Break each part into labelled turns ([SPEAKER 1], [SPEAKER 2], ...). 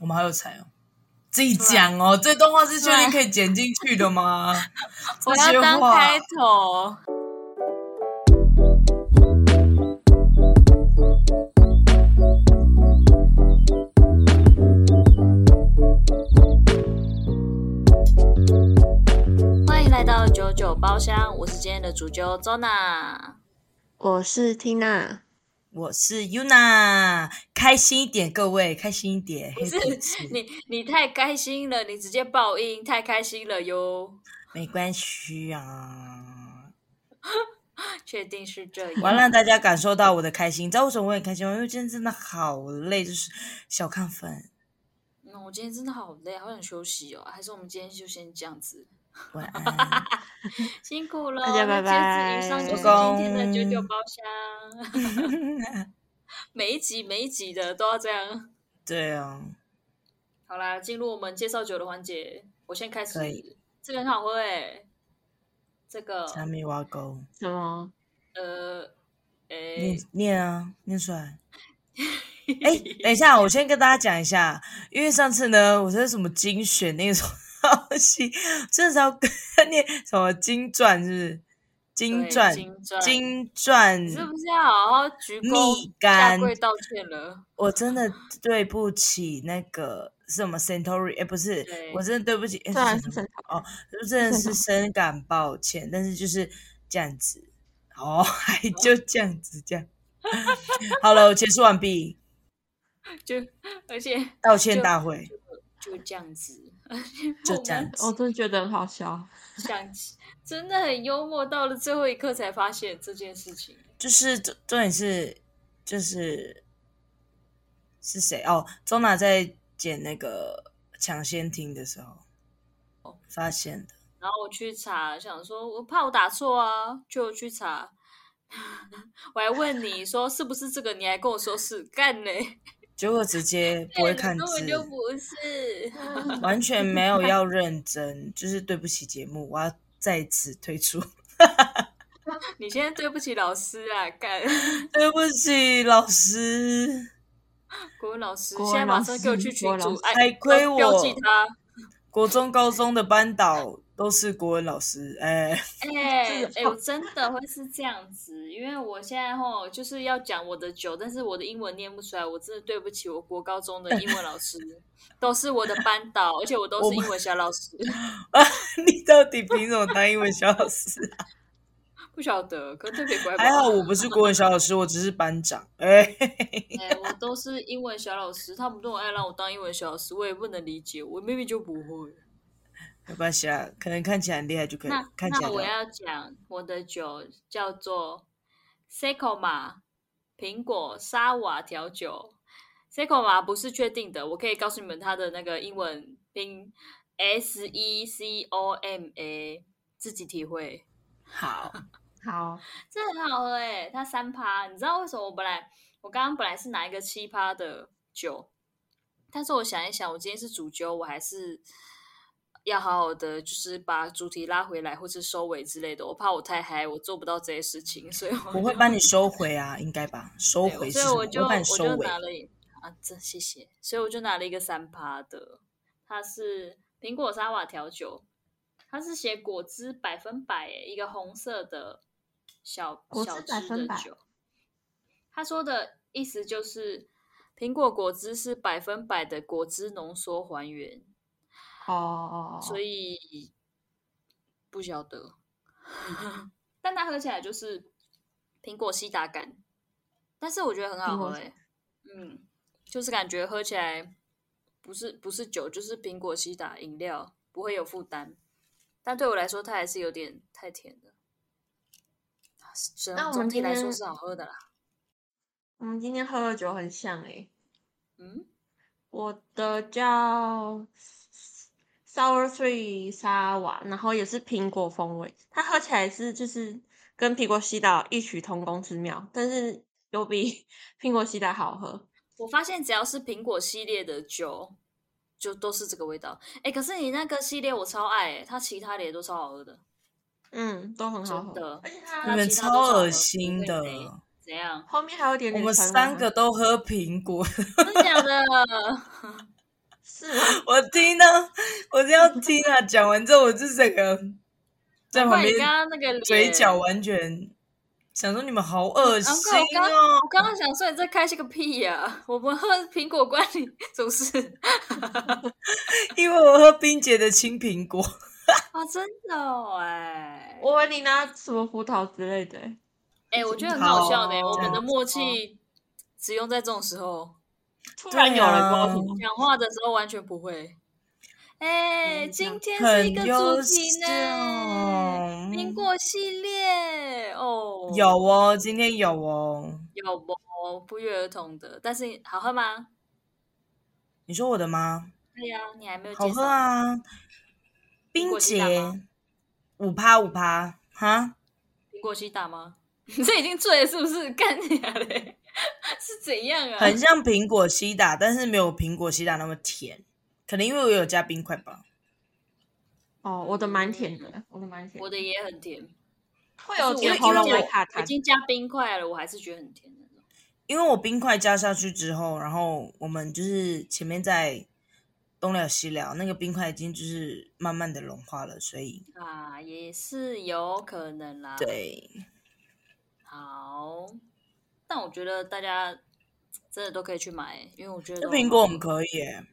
[SPEAKER 1] 我们好有才哦！自己讲哦，这段话是确定可以剪进去的吗？
[SPEAKER 2] 我
[SPEAKER 1] 这些
[SPEAKER 2] 要当
[SPEAKER 1] 话
[SPEAKER 2] 开头。欢迎来到九九包厢，我是今天的主揪 Zona。
[SPEAKER 3] 我是 Tina，
[SPEAKER 1] 我是 Yuna，开心一点，各位，开心一点。
[SPEAKER 2] 不是
[SPEAKER 1] Happy 是
[SPEAKER 2] 你，你太开心了，你直接爆音，太开心了哟！
[SPEAKER 1] 没关系啊。
[SPEAKER 2] 确定是这
[SPEAKER 1] 我要
[SPEAKER 2] 样？
[SPEAKER 1] 让大家感受到我的开心，你知道为什么我很开心吗？因为今天真的好累，就是小亢奋。
[SPEAKER 2] 那嗯我今天真的好累，好想休息哦。还是我们今天就先这样子，
[SPEAKER 1] 晚 安。
[SPEAKER 2] 辛苦了，
[SPEAKER 3] 大家拜
[SPEAKER 2] 那截止以上就是今天的九九包厢， 每一集每一集的都要这样。
[SPEAKER 1] 对啊，
[SPEAKER 2] 好啦，进入我们介绍酒的环节，我先开始
[SPEAKER 1] 可以。
[SPEAKER 2] 这个很好喝诶、这个
[SPEAKER 1] 虾米挖沟，
[SPEAKER 3] 什么？
[SPEAKER 2] 呃，诶、
[SPEAKER 1] 念念啊，念出 来。哎、等一下，我先跟大家讲一下，因为上次呢，我说什么精选那种东西，这时候跟念什么金钻是不是？金
[SPEAKER 2] 对
[SPEAKER 1] 钻，
[SPEAKER 2] 金钻
[SPEAKER 1] 金钻
[SPEAKER 2] 你，是不是要好好鞠
[SPEAKER 1] 蜜
[SPEAKER 2] 躬下
[SPEAKER 1] 柑
[SPEAKER 2] 跪道歉了？
[SPEAKER 1] 我真的对不起那个是什么 Centauri，哎，不是
[SPEAKER 2] 对，
[SPEAKER 1] 我真的对不起，哎
[SPEAKER 3] 虽然
[SPEAKER 1] 是
[SPEAKER 3] 啊是
[SPEAKER 1] Centauri
[SPEAKER 3] 神
[SPEAKER 1] 就真的是 深感抱歉，但是就是这样子，哦， 还就这样子这样，好了，我结束完毕，
[SPEAKER 2] 就而且
[SPEAKER 1] 道歉
[SPEAKER 2] 就
[SPEAKER 1] 大会，
[SPEAKER 2] 就这样子，
[SPEAKER 1] 就这样
[SPEAKER 3] 我真的觉得很好笑。
[SPEAKER 2] 想起真的很幽默，到了最后一刻才发现这件事情。
[SPEAKER 1] 就是重重点是就是是谁哦？周娜在剪那个抢先听的时候
[SPEAKER 2] 哦
[SPEAKER 1] 发现的，
[SPEAKER 2] 然后我去查，想说我怕我打错啊，就去查。 我还问你说是不是这个，你还跟我说是，干嘞，
[SPEAKER 1] 结果直接不会看
[SPEAKER 2] 根本
[SPEAKER 1] 字，
[SPEAKER 2] 就不是。
[SPEAKER 1] 完全没有要认真，就是对不起节目，我要再次退出。
[SPEAKER 2] 你现在对不起老师啊，干
[SPEAKER 1] 对不起，老师，
[SPEAKER 2] 国文老师，
[SPEAKER 3] 国文
[SPEAKER 2] 现在马上
[SPEAKER 3] 老师
[SPEAKER 2] 给我去群
[SPEAKER 3] 国文
[SPEAKER 2] 主
[SPEAKER 3] 老，师
[SPEAKER 2] 哎，
[SPEAKER 1] 还亏
[SPEAKER 2] 标标记
[SPEAKER 1] 我
[SPEAKER 2] 他，
[SPEAKER 1] 国中、高中的班导都是国文老师，哎，
[SPEAKER 2] 哎、
[SPEAKER 3] 这种
[SPEAKER 2] 哎、我真的会是这样子，因为我现在吼就是要讲我的酒，但是我的英文念不出来，我真的对不起我国高中的英文老师，都是我的班导，而且我都
[SPEAKER 1] 我
[SPEAKER 2] 是
[SPEAKER 1] 们
[SPEAKER 2] 英文小老师，
[SPEAKER 1] 你到底凭什么当英文小老师 啊？
[SPEAKER 2] 不晓得，可能特别乖吧。
[SPEAKER 1] 还好我不是国文小老师，我只是班长。哎，
[SPEAKER 2] 哎、我都是英文小老师，他们都很爱让我当英文小老师，我也不能理解，我明明就不会。
[SPEAKER 1] 没关系啊，可能看起来很厉害就可以
[SPEAKER 2] 那，
[SPEAKER 1] 看起来
[SPEAKER 2] 那我
[SPEAKER 1] 的
[SPEAKER 2] 要讲我的酒叫做 Sekoma 苹果沙瓦调酒。Sekoma 不是确定的，我可以告诉你们它的那个英文拼 S E C O M A，自己体会。
[SPEAKER 1] 好。
[SPEAKER 3] 好，
[SPEAKER 2] 这很好喝诶、它三趴。你知道为什么我本来我刚刚本来是拿一个七趴的酒，但是我想一想，我今天是主酒，我还是要好好的，就是把主题拉回来或是收尾之类的。我怕我太嗨，我做不到这些事情，所以 我
[SPEAKER 1] 我会帮你收回啊，应该吧？收
[SPEAKER 2] 对
[SPEAKER 1] 回是
[SPEAKER 2] 所以
[SPEAKER 1] 什么？
[SPEAKER 2] 我就
[SPEAKER 1] 会帮你
[SPEAKER 2] 我
[SPEAKER 1] 收
[SPEAKER 2] 就
[SPEAKER 1] 尾。
[SPEAKER 2] 拿了一啊，这谢谢，所以我就拿了一个三趴的，它是苹果沙瓦调酒，它是写果汁百分百耶，一个红色的小
[SPEAKER 3] 果
[SPEAKER 2] 小
[SPEAKER 3] 汁百
[SPEAKER 2] 支
[SPEAKER 3] 分
[SPEAKER 2] 的
[SPEAKER 3] 百
[SPEAKER 2] 酒。他说的意思就是，苹果果汁是百分百的果汁浓缩还原，
[SPEAKER 3] 哦哦哦，
[SPEAKER 2] 所以不晓得，嗯 但它喝起来就是苹果西达感，但是我觉得很好
[SPEAKER 3] 苹
[SPEAKER 2] 喝
[SPEAKER 3] 果
[SPEAKER 2] 诶、
[SPEAKER 3] 西
[SPEAKER 2] 嗯，就是感觉喝起来不是不是酒，就是苹果西达饮料，不会有负担。但对我来说，它还是有点太甜了。啊是整
[SPEAKER 3] 那我
[SPEAKER 2] 总
[SPEAKER 3] 们
[SPEAKER 2] 体来
[SPEAKER 3] 今
[SPEAKER 2] 说
[SPEAKER 3] 天
[SPEAKER 2] 是好喝的啦。
[SPEAKER 3] 我们今天喝的酒很像诶、
[SPEAKER 2] 嗯，
[SPEAKER 3] 我的叫 Sour Three 沙瓦，然后也是苹果风味，它喝起来是就是跟苹果西打异曲同工之妙，但是有比 苹果西打好喝。
[SPEAKER 2] 我发现只要是苹果系列的酒，就都是这个味道。哎、可是你那个系列我超爱、欸，它其他的也都超好喝的。
[SPEAKER 3] 嗯，都很好
[SPEAKER 2] 真
[SPEAKER 3] 喝，
[SPEAKER 2] 的
[SPEAKER 3] 而且
[SPEAKER 1] 你
[SPEAKER 3] 它
[SPEAKER 2] 那
[SPEAKER 1] 们
[SPEAKER 2] 其他都
[SPEAKER 1] 超恶
[SPEAKER 2] 是好喝
[SPEAKER 1] 心
[SPEAKER 2] 因为
[SPEAKER 1] 的，
[SPEAKER 2] 没怎样？
[SPEAKER 3] 后面还有一点啊
[SPEAKER 1] 我
[SPEAKER 3] 点
[SPEAKER 1] 们
[SPEAKER 3] 酸
[SPEAKER 1] 三
[SPEAKER 3] 味
[SPEAKER 1] 个都喝苹果，
[SPEAKER 2] 真的假的？
[SPEAKER 3] 是吗？
[SPEAKER 1] 我听到，我这要听啊！讲完之后，我就整个在旁
[SPEAKER 2] 难怪
[SPEAKER 1] 边
[SPEAKER 2] 你刚刚那个脸
[SPEAKER 1] 嘴角啊完全想说你们好恶
[SPEAKER 2] 难
[SPEAKER 1] 心
[SPEAKER 2] 怪嗯啊我刚
[SPEAKER 1] 哦！
[SPEAKER 2] 我刚刚想说你在开心个屁呀、我们喝苹果罐里总是
[SPEAKER 1] 因为我喝冰姐的青苹果，
[SPEAKER 2] 啊，真的哦哎、
[SPEAKER 3] 我以为你拿什么葡萄之类的欸、
[SPEAKER 2] 哎、我觉得很好笑的、
[SPEAKER 3] 好
[SPEAKER 2] 我们的
[SPEAKER 3] 哦
[SPEAKER 2] 默契只用在这种时候，
[SPEAKER 3] 突然有人跟我什
[SPEAKER 1] 对啊
[SPEAKER 3] 么？
[SPEAKER 2] 讲话的时候完全不会。哎、
[SPEAKER 3] 嗯
[SPEAKER 2] 今天是一
[SPEAKER 1] 很
[SPEAKER 2] 个
[SPEAKER 1] 优
[SPEAKER 2] 主题
[SPEAKER 1] 秀。
[SPEAKER 2] 呢，苹果系列哦，
[SPEAKER 1] 嗯有哦，今天有哦。
[SPEAKER 2] 有不不约而同的，但是好喝吗？
[SPEAKER 1] 你说我的吗？
[SPEAKER 2] 对呀、你还没有介
[SPEAKER 1] 好
[SPEAKER 2] 绍。
[SPEAKER 1] 喝啊！冰
[SPEAKER 2] 果西打
[SPEAKER 1] 姐
[SPEAKER 2] 吗
[SPEAKER 1] 五趴五趴 哈，
[SPEAKER 2] 苹果西打吗？ 你这已经醉了是不是？ 干你啊嘞！是怎样啊？
[SPEAKER 1] 很像苹果西打，但是没有苹果西打那么甜，可能因为我有加冰块吧。
[SPEAKER 3] 哦，我的蛮甜的，我的蛮甜
[SPEAKER 2] 我
[SPEAKER 3] 的，
[SPEAKER 2] 的也很甜，
[SPEAKER 3] 会有
[SPEAKER 1] 哦
[SPEAKER 2] 就是
[SPEAKER 3] 甜
[SPEAKER 2] 我
[SPEAKER 3] 喉咙
[SPEAKER 2] 因为
[SPEAKER 3] 会
[SPEAKER 2] 我
[SPEAKER 3] 卡
[SPEAKER 2] 我
[SPEAKER 3] 卡
[SPEAKER 2] 已。经加冰块了，我还是觉得很甜的那种。
[SPEAKER 1] 因为我冰块加下去之后，然后我们就是前面在东聊西聊，那个冰块已经就是慢慢的融化了，所以
[SPEAKER 2] 啊，也是有可能啦。，
[SPEAKER 1] 对，
[SPEAKER 2] 好，但我觉得大家真的都可以去买，因为我觉得
[SPEAKER 1] 这
[SPEAKER 2] 都
[SPEAKER 1] 苹果我
[SPEAKER 2] 很
[SPEAKER 1] 们
[SPEAKER 2] 好
[SPEAKER 1] 可以耶，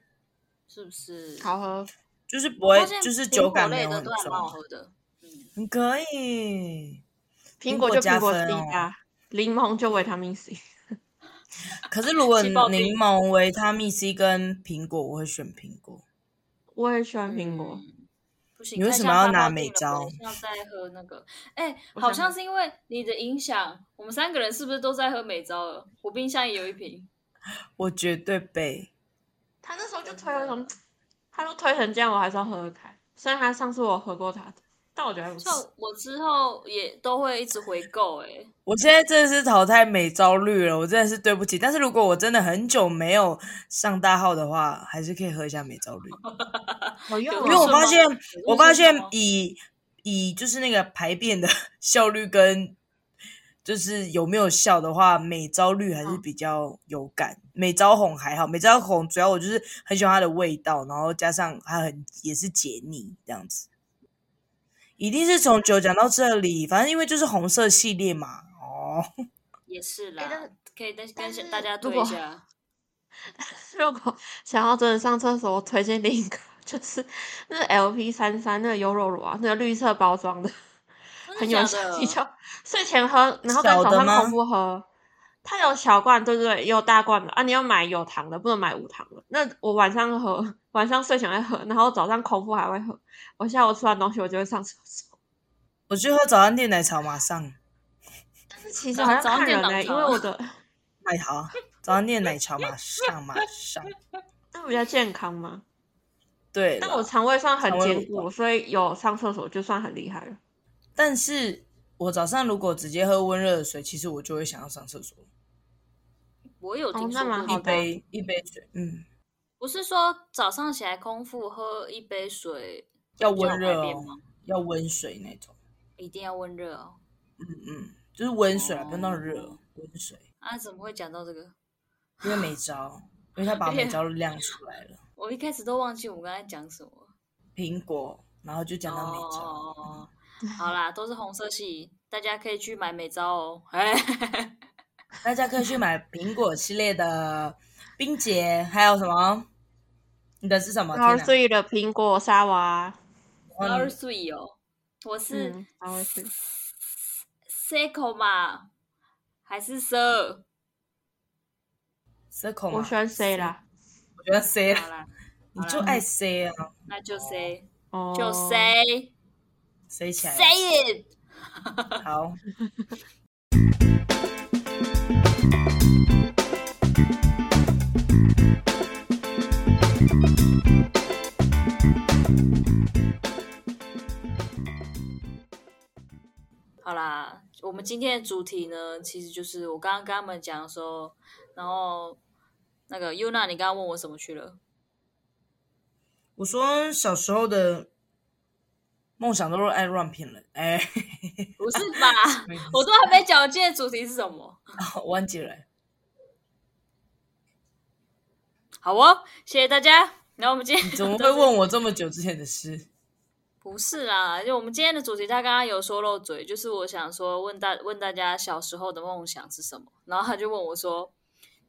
[SPEAKER 2] 是不是？
[SPEAKER 3] 好喝，
[SPEAKER 1] 就是不
[SPEAKER 2] 我
[SPEAKER 1] 会
[SPEAKER 2] 发现
[SPEAKER 1] 就是
[SPEAKER 2] 苹
[SPEAKER 1] 酒
[SPEAKER 2] 果
[SPEAKER 1] 感没
[SPEAKER 2] 类
[SPEAKER 1] 有
[SPEAKER 2] 的
[SPEAKER 1] 很
[SPEAKER 2] 都还蛮好
[SPEAKER 1] 重，啊
[SPEAKER 2] 喝的。嗯，
[SPEAKER 1] 很可以。苹
[SPEAKER 3] 苹果
[SPEAKER 1] 果
[SPEAKER 3] 就
[SPEAKER 1] 加
[SPEAKER 3] 苹果
[SPEAKER 1] 分
[SPEAKER 3] C
[SPEAKER 1] 哦
[SPEAKER 3] 加，柠檬就维他命 C。
[SPEAKER 1] 可 是如果
[SPEAKER 2] 气爆冰
[SPEAKER 1] 柠檬、维他命 C 跟苹果，我会选苹果。
[SPEAKER 3] 我也喜欢苹果，
[SPEAKER 2] 嗯不行，
[SPEAKER 1] 你为
[SPEAKER 2] 看
[SPEAKER 1] 什
[SPEAKER 2] 一
[SPEAKER 1] 么
[SPEAKER 2] 下
[SPEAKER 1] 要
[SPEAKER 2] 发
[SPEAKER 1] 拿
[SPEAKER 2] 泡
[SPEAKER 1] 美
[SPEAKER 2] 定了
[SPEAKER 1] 招
[SPEAKER 2] 我等一下在喝那个，哎、
[SPEAKER 3] 我
[SPEAKER 2] 好
[SPEAKER 3] 想
[SPEAKER 2] 像是因为你的影响，我们三个人是不是都在喝美招了？我冰箱也有一瓶，
[SPEAKER 1] 我绝对背。
[SPEAKER 3] 他那时候就推了什么，他都推成这样，我还是要喝喝看。虽然他上次我喝过他的，但我觉得还不
[SPEAKER 2] 像
[SPEAKER 3] 错。
[SPEAKER 2] 我之后也都会一直回购、哎，
[SPEAKER 1] 我现在真的是淘汰美招绿了，我真的是对不起。但是如果我真的很久没有上大号的话，还是可以喝一下美招绿。
[SPEAKER 3] 好用啊
[SPEAKER 2] 有
[SPEAKER 1] 因为我
[SPEAKER 2] 顺
[SPEAKER 1] 发
[SPEAKER 2] 吗
[SPEAKER 1] 现
[SPEAKER 2] 有，
[SPEAKER 1] 我
[SPEAKER 2] 入
[SPEAKER 1] 发
[SPEAKER 2] 睡
[SPEAKER 1] 现
[SPEAKER 2] 吗
[SPEAKER 1] 以以就是那个排便的 效率跟就是有没有效的话，美招绿还是
[SPEAKER 3] 嗯
[SPEAKER 1] 比较有感。美招红还好，美招红主要我就是很喜欢它的味道，然后加上它很也是解腻这样子。一定是从酒讲到这里，反正因为就是红色系列嘛。哦，
[SPEAKER 2] 也是
[SPEAKER 3] 哎
[SPEAKER 2] 啦，
[SPEAKER 3] 但
[SPEAKER 2] 可以跟
[SPEAKER 3] 但
[SPEAKER 2] 跟
[SPEAKER 3] 是
[SPEAKER 2] 大家
[SPEAKER 3] 如
[SPEAKER 2] 推
[SPEAKER 3] 果
[SPEAKER 2] 一下。
[SPEAKER 3] 如果想要真的上厕所，我推荐另一个，就是 那个 LP 三三那个优柔乳啊，那个绿色包装的，
[SPEAKER 2] 真的
[SPEAKER 3] 很有
[SPEAKER 2] 假
[SPEAKER 3] 效。
[SPEAKER 2] 的
[SPEAKER 3] 你就睡前喝，然后跟
[SPEAKER 1] 小
[SPEAKER 3] 早
[SPEAKER 1] 的
[SPEAKER 3] 上
[SPEAKER 1] 吗
[SPEAKER 3] 空腹喝。它有小罐，对对对，也有大罐的啊。你要买有糖的，不能买无糖的。那我晚上喝，晚上睡前会喝，然后早上空腹还会喝。我下午吃完东西，我就会上厕所。
[SPEAKER 1] 我去喝早餐店奶茶，马上
[SPEAKER 3] 但是其实好像
[SPEAKER 2] 早上
[SPEAKER 3] 看
[SPEAKER 2] 电
[SPEAKER 3] 人呢、
[SPEAKER 2] 脑
[SPEAKER 3] 欸因
[SPEAKER 2] 潮
[SPEAKER 3] 为我的
[SPEAKER 1] 奶茶，哎早餐店奶茶，马上马上。
[SPEAKER 3] 那比较健康嘛。
[SPEAKER 1] 对啦，
[SPEAKER 3] 但我肠胃算很
[SPEAKER 1] 肠胃
[SPEAKER 3] 坚
[SPEAKER 1] 不
[SPEAKER 3] 固，所以有上厕所就算很厉害了。
[SPEAKER 1] 但是我早上如果直接喝温热的水，其实我就会想要上厕所，
[SPEAKER 2] 我有
[SPEAKER 3] 哦
[SPEAKER 2] 听
[SPEAKER 3] 那
[SPEAKER 2] 说
[SPEAKER 3] 蛮
[SPEAKER 2] 过
[SPEAKER 3] 好
[SPEAKER 1] 一
[SPEAKER 2] 这个，
[SPEAKER 3] 的
[SPEAKER 1] 杯一杯水，嗯，
[SPEAKER 2] 不是说早上起来空腹喝一杯水
[SPEAKER 1] 要
[SPEAKER 2] 比较
[SPEAKER 1] 温
[SPEAKER 2] 有排
[SPEAKER 1] 热
[SPEAKER 2] 便
[SPEAKER 1] 哦
[SPEAKER 2] 吗？
[SPEAKER 1] 要温水那种，
[SPEAKER 2] 一定要温热哦。
[SPEAKER 1] 嗯嗯，就是温水啊，不要那么热
[SPEAKER 2] 哦，
[SPEAKER 1] 温水，
[SPEAKER 2] 啊，怎么会讲到这个？
[SPEAKER 1] 因为没招，因为他把
[SPEAKER 2] 哎呀
[SPEAKER 1] 美招亮出来了，
[SPEAKER 2] 我一开始都忘记我们刚才讲什么了。
[SPEAKER 1] 苹果，然后就讲到美招，
[SPEAKER 2] 哦哦哦哦好啦，都是红色系，大家可以去买美招哦。哎，
[SPEAKER 1] 大家可以去买苹果系列的冰姐，还有什么？你的是什么？
[SPEAKER 3] 然后
[SPEAKER 1] 哦天哪
[SPEAKER 3] 所以的苹果沙娃，
[SPEAKER 2] 二
[SPEAKER 1] 嗯，
[SPEAKER 2] 岁哦，我是
[SPEAKER 3] 嗯，然后是
[SPEAKER 2] Seiko 嘛，还是 Sir？
[SPEAKER 1] 社恐
[SPEAKER 3] 我
[SPEAKER 1] 啊
[SPEAKER 3] 喜，欢 C 啦，
[SPEAKER 1] 我觉得 C，
[SPEAKER 2] 好啦，
[SPEAKER 1] 你就爱 C 啊，
[SPEAKER 2] 那就 C，
[SPEAKER 3] 哦，
[SPEAKER 2] 就 C，Say、
[SPEAKER 1] C 起来
[SPEAKER 2] Say it。
[SPEAKER 1] 好。
[SPEAKER 2] 好啦，我们今天的主题呢，其实就是我刚刚跟他们讲说，然后那个 Yuna，你刚刚问我什么去了？
[SPEAKER 1] 我说小时候的梦想都是爱乱骗人，哎，
[SPEAKER 2] 不是吧？ 我都还没讲，我今天的主题是什么？
[SPEAKER 1] 我忘记了。
[SPEAKER 2] 好哦，谢谢大家。然后我们今天
[SPEAKER 1] 你怎 么会问我这么久之前的事？
[SPEAKER 2] 不是啦，就我们今天的主题，他刚刚有说漏嘴，就是我想说问大问大家小时候的梦想是什么，然后他就问我说：“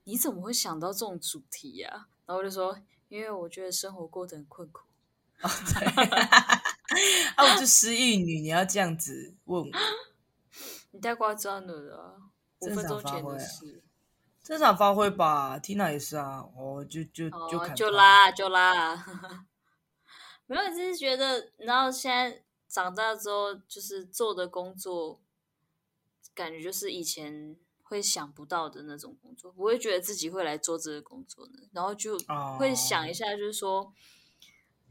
[SPEAKER 2] 你怎么会想到这种主题呀、然后我就说：“因为我觉得生活过得很困苦。
[SPEAKER 1] 哦，对，啊，我就失忆女，你要这样子问我，”
[SPEAKER 2] 你太夸张了啦！五
[SPEAKER 1] 正
[SPEAKER 2] 分
[SPEAKER 1] 常
[SPEAKER 2] 钟
[SPEAKER 1] 发
[SPEAKER 2] 前
[SPEAKER 1] 挥
[SPEAKER 2] 的
[SPEAKER 1] 啊
[SPEAKER 2] 事，
[SPEAKER 1] 正常发挥吧。Tina 也是啊，哦，就就就
[SPEAKER 2] 哦
[SPEAKER 1] 砍，
[SPEAKER 2] 就
[SPEAKER 1] 炮，
[SPEAKER 2] 啦就啦， 没有，只是觉得，然后现在长大之后，就是做的工作，感觉就是以前会想不到的那种工作，不会觉得自己会来做这个工作呢，然后就
[SPEAKER 1] 哦
[SPEAKER 2] 会想一下，就是说，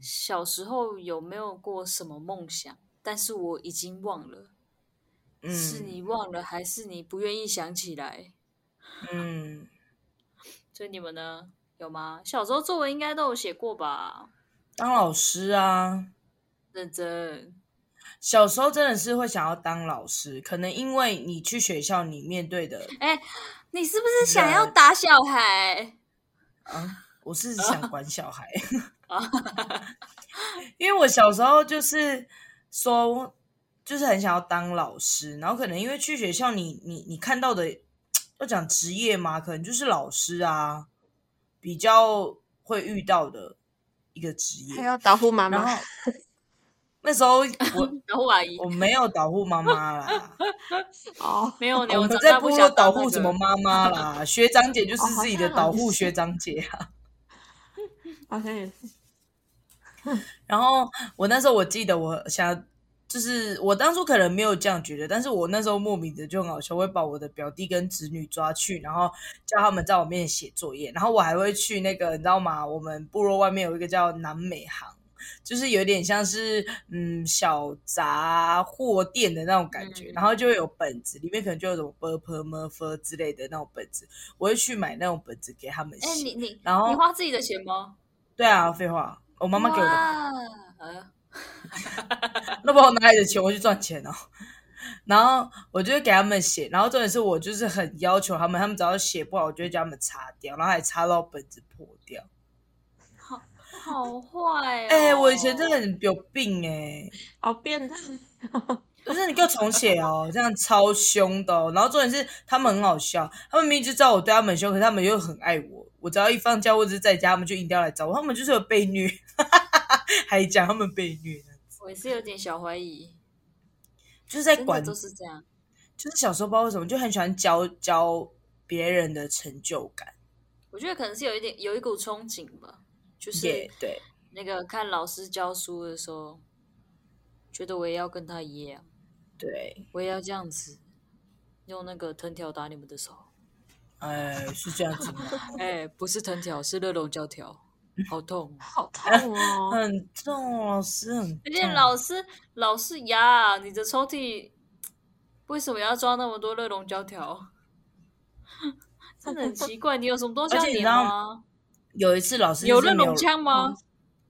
[SPEAKER 2] 小时候有没有过什么梦想，但是我已经忘了，
[SPEAKER 1] 嗯，
[SPEAKER 2] 是你忘了，还是你不愿意想起来？
[SPEAKER 1] 嗯，
[SPEAKER 2] 所以你们呢？有吗？小时候作文应该都有写过吧？
[SPEAKER 1] 当老师啊，
[SPEAKER 2] 认真，
[SPEAKER 1] 小时候真的是会想要当老师，可能因为你去学校，你面对的
[SPEAKER 2] 哎、你是不是想要
[SPEAKER 1] 人
[SPEAKER 2] 打小孩？
[SPEAKER 1] 啊，我是 想管小孩
[SPEAKER 2] 啊，
[SPEAKER 1] 因为我小时候就是说，就是很想要当老师，然后可能因为去学校你，你你看到的要讲职业嘛，可能就是老师啊，比较会遇到的一个职
[SPEAKER 3] 还
[SPEAKER 1] 业。
[SPEAKER 3] 要保护妈
[SPEAKER 1] 然
[SPEAKER 3] 妈
[SPEAKER 1] 后。那时候 我
[SPEAKER 2] 然后阿姨
[SPEAKER 1] 我没有导护妈妈 啦，
[SPEAKER 3] 哦，
[SPEAKER 2] 没有呢，
[SPEAKER 1] 我
[SPEAKER 2] 长
[SPEAKER 1] 们
[SPEAKER 2] 大
[SPEAKER 1] 在
[SPEAKER 2] 不
[SPEAKER 1] 部
[SPEAKER 2] 想
[SPEAKER 1] 落
[SPEAKER 2] 当
[SPEAKER 1] 导
[SPEAKER 2] 那
[SPEAKER 1] 护
[SPEAKER 2] 个
[SPEAKER 1] 什么？妈妈啦，学长姐就是
[SPEAKER 3] 哦好
[SPEAKER 1] 自己的
[SPEAKER 3] 像
[SPEAKER 1] 导
[SPEAKER 3] 也
[SPEAKER 1] 护
[SPEAKER 3] 是
[SPEAKER 1] 学长姐啊。
[SPEAKER 3] 好像也是。
[SPEAKER 1] 然后我那时候我记得我想，就是我当初可能没有这样觉得，但是我那时候莫名的就很好笑，我会把我的表弟跟侄女抓去，然后叫他们在我面前写作业，然后我还会去那个你知道吗？我们部落外面有一个叫南美行。就是有点像是嗯小杂货店的那种感觉，
[SPEAKER 2] 嗯
[SPEAKER 1] 然后就会有本子，里面可能就有什么 burp m u r 之类的那种本子，我会去买那种本子给他们
[SPEAKER 2] 哎、
[SPEAKER 1] 写。
[SPEAKER 2] 你你
[SPEAKER 1] 然后
[SPEAKER 2] 你花自己的钱吗？
[SPEAKER 1] 对啊，废话，我妈妈给我的。
[SPEAKER 2] 哇呃
[SPEAKER 1] 那把我哪里的钱我去赚钱哦。然后我就会给他们写，然后重点是我就是很要求他们，他们只要写不好，我就会叫他们擦掉，然后还擦到本子破掉。
[SPEAKER 2] 好坏、哦！
[SPEAKER 1] 哎、我以前真的很有病哎、
[SPEAKER 3] 好哦变态，
[SPEAKER 1] 就是你给我重写哦，这样超凶的、哦。然后重点是他们很好笑，他们明明知道我对他们很凶，可是他们又很爱我。我只要一放假或者是在家，他们就一定要来找我。他们就是有被虐， 还讲他们被虐，
[SPEAKER 2] 我也是有点小怀疑，
[SPEAKER 1] 就是在
[SPEAKER 2] 真的
[SPEAKER 1] 管
[SPEAKER 2] 都是这样。
[SPEAKER 1] 就是小时候不知道为什么就很喜欢教教别人的成就感，
[SPEAKER 2] 我觉得可能是有一点有一股憧憬吧，就是
[SPEAKER 1] 也对，
[SPEAKER 2] 那个看老师教书的时候，觉得我也要跟他一样，
[SPEAKER 1] 对，
[SPEAKER 2] 我也要这样子，用那个藤条打你们的手。
[SPEAKER 1] 哎，是这样子吗？
[SPEAKER 2] 哎、不是藤条，是热熔胶条，好痛。
[SPEAKER 3] 好痛
[SPEAKER 2] 嗯
[SPEAKER 3] 哦！
[SPEAKER 1] 很重，老师很
[SPEAKER 2] 而
[SPEAKER 1] 重
[SPEAKER 2] 且，老师，老师呀，你的抽屉为什么要装那么多热熔胶条？ 真的很奇怪，你有什么东西要
[SPEAKER 1] 而且你
[SPEAKER 2] 粘
[SPEAKER 1] 知道
[SPEAKER 2] 吗？
[SPEAKER 1] 有一嗯次老师
[SPEAKER 2] 有
[SPEAKER 1] 就是
[SPEAKER 2] 热
[SPEAKER 1] 没
[SPEAKER 2] 熔枪吗？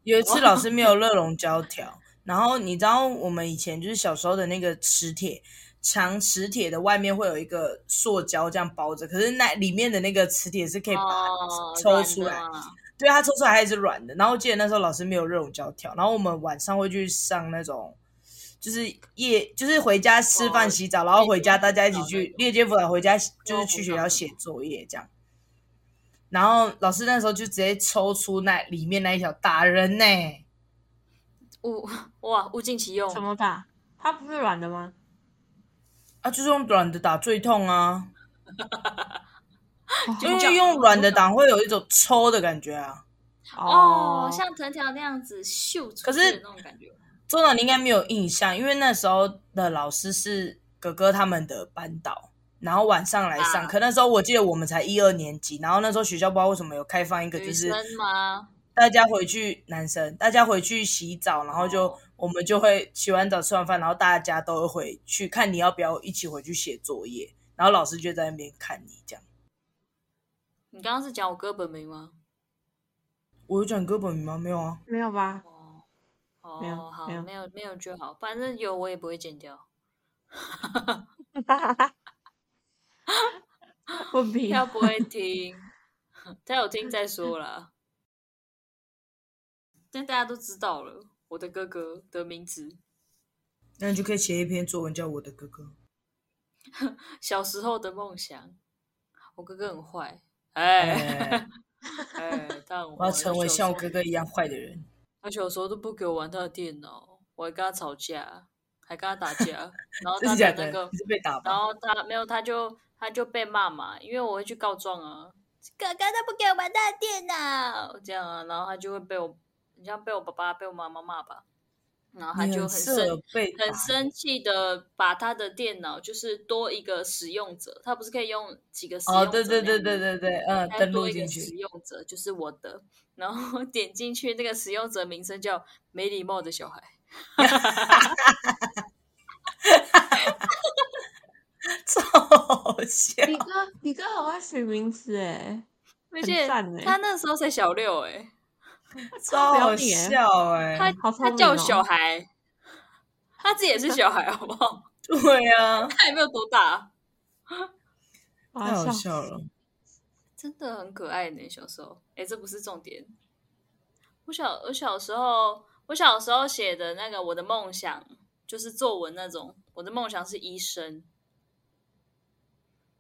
[SPEAKER 1] 有一次老 师没有热熔胶条，然后你知道我们以前就是小时候的那个磁铁。长磁铁的外面会有一个塑胶这样包着，可是那里面的那个磁铁是可以把
[SPEAKER 2] 哦
[SPEAKER 1] 它，抽出来，
[SPEAKER 2] 软的啊
[SPEAKER 1] 对，它抽出来还是软的。然后我记得那时候老师没有热熔胶条，然后我们晚上会去上那种，就是夜，就是回家吃
[SPEAKER 2] 哦
[SPEAKER 1] 饭、洗澡，然后回家大家一起
[SPEAKER 2] 那
[SPEAKER 1] 去
[SPEAKER 2] 种
[SPEAKER 1] 夜间辅导，回家就是去学校写作业这样。然后老师那时候就直接抽出那里面那一条打人呢、
[SPEAKER 2] 物哇，物尽其用。
[SPEAKER 3] 怎么打？它不是软的吗？
[SPEAKER 1] 啊，就是用软的打最痛啊，
[SPEAKER 3] 哦
[SPEAKER 1] 因为用软的打会有一种抽的感觉啊。
[SPEAKER 2] 哦，像藤条那样子咻出
[SPEAKER 1] 可
[SPEAKER 2] 去
[SPEAKER 1] 是
[SPEAKER 2] 的那种感觉。
[SPEAKER 1] 周长你应该没有印象，因为那时候的老师是哥哥他们的班导，然后晚上来上
[SPEAKER 2] 啊
[SPEAKER 1] 课。那时候我记得我们才一二年级，然后那时候学校不知道为什么有开放一个，
[SPEAKER 2] 女
[SPEAKER 1] 就是
[SPEAKER 2] 生吗？
[SPEAKER 1] 大家回去男生，大家回去洗澡，然后就、
[SPEAKER 2] 哦
[SPEAKER 1] 我们就会洗完澡吃完饭，然后大家都会回去看你要不要一起回去写作业，然后老师就在那边看你这样。
[SPEAKER 2] 你刚刚是讲我哥本名吗？
[SPEAKER 1] 我有讲哥本名吗？没有啊。
[SPEAKER 3] 没有吧？
[SPEAKER 2] 哦，
[SPEAKER 3] 没有
[SPEAKER 2] 哦，好，
[SPEAKER 3] 没有
[SPEAKER 2] 没有没有就好，反正有我也不会剪掉。
[SPEAKER 3] 问题
[SPEAKER 2] 他不会听，他有听再说啦。但大家都知道了我的哥哥的名字。
[SPEAKER 1] 那你就可以写一篇作文叫我的哥 哥。
[SPEAKER 2] 小时候的梦想，我哥哥很坏，哎哎，他很坏
[SPEAKER 1] 我要成为像我
[SPEAKER 2] 而且
[SPEAKER 1] 哥哥一样坏的人。
[SPEAKER 2] 我小时候都不给我玩他的电脑，我还跟他吵架，还跟他打架，然 后
[SPEAKER 1] 真
[SPEAKER 2] 他
[SPEAKER 1] 的假
[SPEAKER 2] 的
[SPEAKER 1] 的
[SPEAKER 2] 那个？
[SPEAKER 1] 你，是被打
[SPEAKER 2] 然
[SPEAKER 1] 吧？
[SPEAKER 2] 后他没有，他就他就被骂嘛，因为我会去告状啊，哥哥他不给我玩他的电脑，这样啊，然后他就会被我，你像被我爸爸被我妈妈骂吧，然后他
[SPEAKER 1] 你
[SPEAKER 2] 就很
[SPEAKER 1] 适
[SPEAKER 2] 生
[SPEAKER 1] 合被
[SPEAKER 2] 很
[SPEAKER 1] 打
[SPEAKER 2] 生气的把他的电脑就是多一个使用者，他不是可以用几个使用者
[SPEAKER 1] 哦，对对对对对对，嗯，
[SPEAKER 2] 那样吗，他
[SPEAKER 1] 登
[SPEAKER 2] 多
[SPEAKER 1] 录
[SPEAKER 2] 一个
[SPEAKER 1] 进
[SPEAKER 2] 使
[SPEAKER 1] 去，
[SPEAKER 2] 用者就是我的，然后 点进去那个使用者名称叫没礼貌的小孩，
[SPEAKER 1] 超好笑。
[SPEAKER 3] 你哥，你哥很会取名字哎，
[SPEAKER 2] 而且
[SPEAKER 3] 赞欸
[SPEAKER 2] 他那时候才小六哎、
[SPEAKER 1] 超好
[SPEAKER 3] 不要脸
[SPEAKER 1] 笑哎、
[SPEAKER 2] 他
[SPEAKER 3] 好聪
[SPEAKER 2] 他
[SPEAKER 3] 明
[SPEAKER 2] 叫
[SPEAKER 3] 哦
[SPEAKER 2] 小孩，他自己也是小孩，好不好？
[SPEAKER 1] 对啊，
[SPEAKER 2] 他也没有多大，
[SPEAKER 3] 哇
[SPEAKER 1] 太好
[SPEAKER 3] 笑
[SPEAKER 1] 笑了。
[SPEAKER 2] 真的很可爱呢。小时候，哎，这不是重点。我小我小时候，我小时候写的那个我的梦想就是作文那种，我的梦想是医生。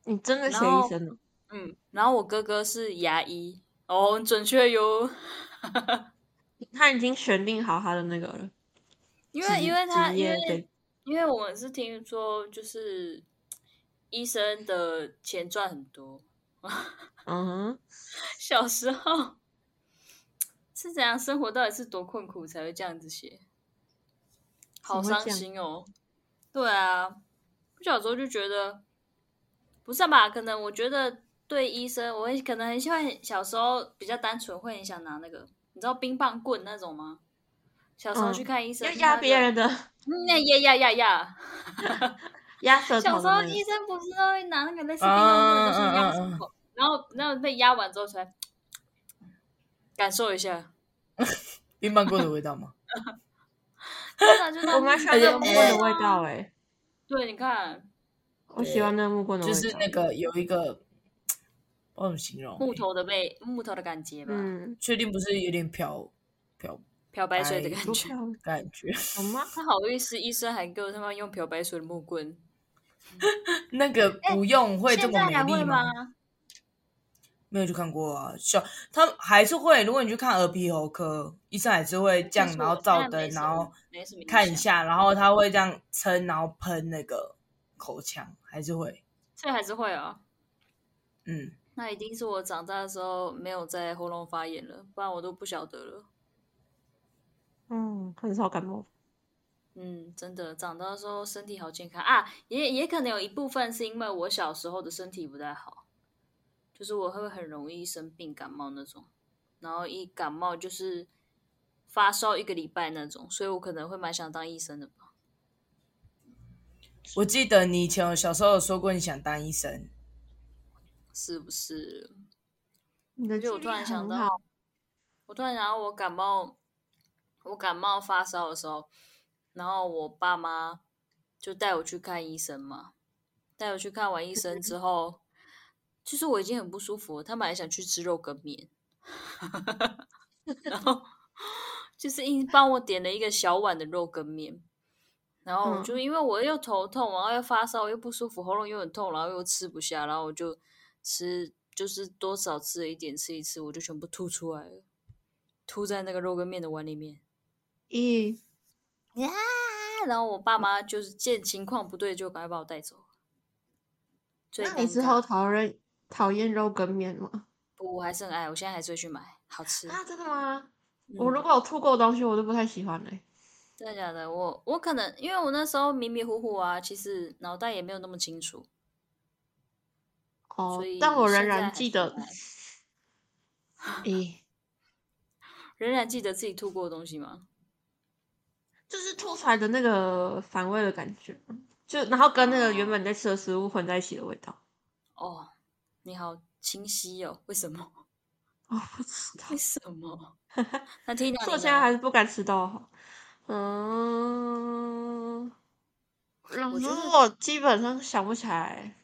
[SPEAKER 3] 你真的写
[SPEAKER 2] 然后
[SPEAKER 3] 医生哦？
[SPEAKER 2] 嗯，然后我哥哥是牙医，哦，很准确哟。
[SPEAKER 3] 他已经选定好他的那个了，
[SPEAKER 2] 因为
[SPEAKER 3] 职
[SPEAKER 2] 因为他
[SPEAKER 3] 职
[SPEAKER 2] 因
[SPEAKER 3] 业
[SPEAKER 2] 为
[SPEAKER 3] 对
[SPEAKER 2] 因为我们是听说就是医生的钱赚很多，
[SPEAKER 3] 嗯哼，
[SPEAKER 2] 小时候是怎样生活，到底是多困苦才会这样子写，好
[SPEAKER 3] 怎么会
[SPEAKER 2] 伤
[SPEAKER 3] 这样
[SPEAKER 2] 心哦。对啊，我小时候就觉得不是啊吧？可能我觉得对医生，我会可能很喜欢小时候比较单纯，会很想拿那个你知道冰棒棍那种吗？小时候
[SPEAKER 3] 嗯
[SPEAKER 2] 去看医生，
[SPEAKER 3] 要压别人的，
[SPEAKER 2] 嗯，那呀呀呀呀！
[SPEAKER 3] 压舌
[SPEAKER 2] 小
[SPEAKER 3] 头
[SPEAKER 2] 时
[SPEAKER 3] 的
[SPEAKER 2] 候
[SPEAKER 3] 那
[SPEAKER 2] 医
[SPEAKER 3] 个，
[SPEAKER 2] 生不是都会拿那个类似冰棒棍，就是
[SPEAKER 1] 嗯嗯
[SPEAKER 2] 压
[SPEAKER 1] 嗯
[SPEAKER 2] 伤
[SPEAKER 1] 嗯
[SPEAKER 2] 口，然后然后被压完之后才感受一下。
[SPEAKER 1] 冰棒棍的味道 吗？
[SPEAKER 2] 真的就
[SPEAKER 3] 我蛮喜
[SPEAKER 2] 当
[SPEAKER 3] 欢
[SPEAKER 2] 兵
[SPEAKER 3] 那
[SPEAKER 1] 哎呀哎呀
[SPEAKER 3] 个木棍的味道哎，
[SPEAKER 2] 对，你看
[SPEAKER 3] 我喜欢那个木棍的味
[SPEAKER 1] 就
[SPEAKER 3] 道，
[SPEAKER 1] 是那个有一个，我怎么形容欸？
[SPEAKER 2] 木头的被木头的感觉吧，
[SPEAKER 3] 嗯，
[SPEAKER 1] 确定不是有点漂漂
[SPEAKER 2] 漂白水的
[SPEAKER 1] 白
[SPEAKER 2] 感
[SPEAKER 3] 不
[SPEAKER 2] 觉。
[SPEAKER 3] 漂亮，
[SPEAKER 1] 感觉？
[SPEAKER 3] 好吗？
[SPEAKER 2] 他好意思，医生还给我他妈用漂白水的木棍，
[SPEAKER 1] 那个不用会这
[SPEAKER 2] 哎现在
[SPEAKER 1] 么
[SPEAKER 2] 还
[SPEAKER 1] 美
[SPEAKER 2] 会
[SPEAKER 1] 丽吗？
[SPEAKER 2] 吗？
[SPEAKER 1] 没有去看过啊，小他们还是会。如果你去看耳鼻喉科，医生还是会这样，然后照灯，然后
[SPEAKER 2] 没什么
[SPEAKER 1] 看一，下，然后他会这样撑，然后喷那个口腔，还是会。
[SPEAKER 2] 这还是会啊。
[SPEAKER 1] 嗯，
[SPEAKER 2] 那一定是我长大的时候没有在喉咙发炎了，不然我都不晓得了。
[SPEAKER 3] 嗯，很少感冒，
[SPEAKER 2] 嗯，真的，长大的时候身体好健康啊，也也可能有一部分是因为我小时候的身体不太好，就是我会很容易生病感冒那种，然后一感冒就是发烧一个礼拜那种，所以我可能会蛮想当医生的吧。
[SPEAKER 1] 我记得你以前有小时候有说过你想当医生，
[SPEAKER 2] 是不是？
[SPEAKER 3] 你的
[SPEAKER 2] 而且
[SPEAKER 3] 记
[SPEAKER 2] 我
[SPEAKER 3] 忆
[SPEAKER 2] 突然想
[SPEAKER 3] 很
[SPEAKER 2] 到
[SPEAKER 3] 好，
[SPEAKER 2] 我突然想到我感冒，我感冒发烧的时候，然后我爸妈就带我去看医生嘛，带我去看完医生
[SPEAKER 3] 嗯
[SPEAKER 2] 之后，其实我已经很不舒服了，他们还想去吃肉羹面，然后就是硬帮我点了一个小碗的肉羹面。然后我就
[SPEAKER 3] 嗯
[SPEAKER 2] 因为我又头痛，然后又发烧，又不舒服，喉咙又很痛，然后又吃不下，然后我就吃，就是多少吃了一点，吃一吃，我就全部吐出来了，吐在那个肉跟面的碗里面。
[SPEAKER 3] 咦，
[SPEAKER 2] 啊然后我爸妈就是见情况不对，就赶快把我带走。最
[SPEAKER 3] 那你
[SPEAKER 2] 尴
[SPEAKER 3] 之
[SPEAKER 2] 尬
[SPEAKER 3] 后讨厌讨厌肉羹面吗？
[SPEAKER 2] 不，我还是很爱，我现在还是会去买，好吃。
[SPEAKER 3] 啊，真的吗？我
[SPEAKER 2] 嗯
[SPEAKER 3] 如果有吐过的东西，我都不太喜欢嘞、欸
[SPEAKER 2] 真的假的？我我可能因为我那时候迷迷糊糊啊，其实脑袋也没有那么清楚，
[SPEAKER 3] 哦
[SPEAKER 2] 所以，
[SPEAKER 3] 但我仍
[SPEAKER 2] 现在还
[SPEAKER 3] 然
[SPEAKER 2] 是
[SPEAKER 3] 记得
[SPEAKER 2] 很，爱
[SPEAKER 3] 咦，
[SPEAKER 2] 仍然记得自己吐过的东西吗？
[SPEAKER 3] 就是吐出来的那个反胃的感觉，就然后跟那个原本在吃的食物混在一起的味道。
[SPEAKER 2] 哦，你好清晰哦，为什么？
[SPEAKER 3] 哦，不知道
[SPEAKER 2] 为，什么？ 那听到
[SPEAKER 3] 所以我
[SPEAKER 2] 你
[SPEAKER 3] 现在
[SPEAKER 2] 呢
[SPEAKER 3] 还是不敢吃到好。嗯，然
[SPEAKER 2] 我觉得
[SPEAKER 3] 后我基本上想不起来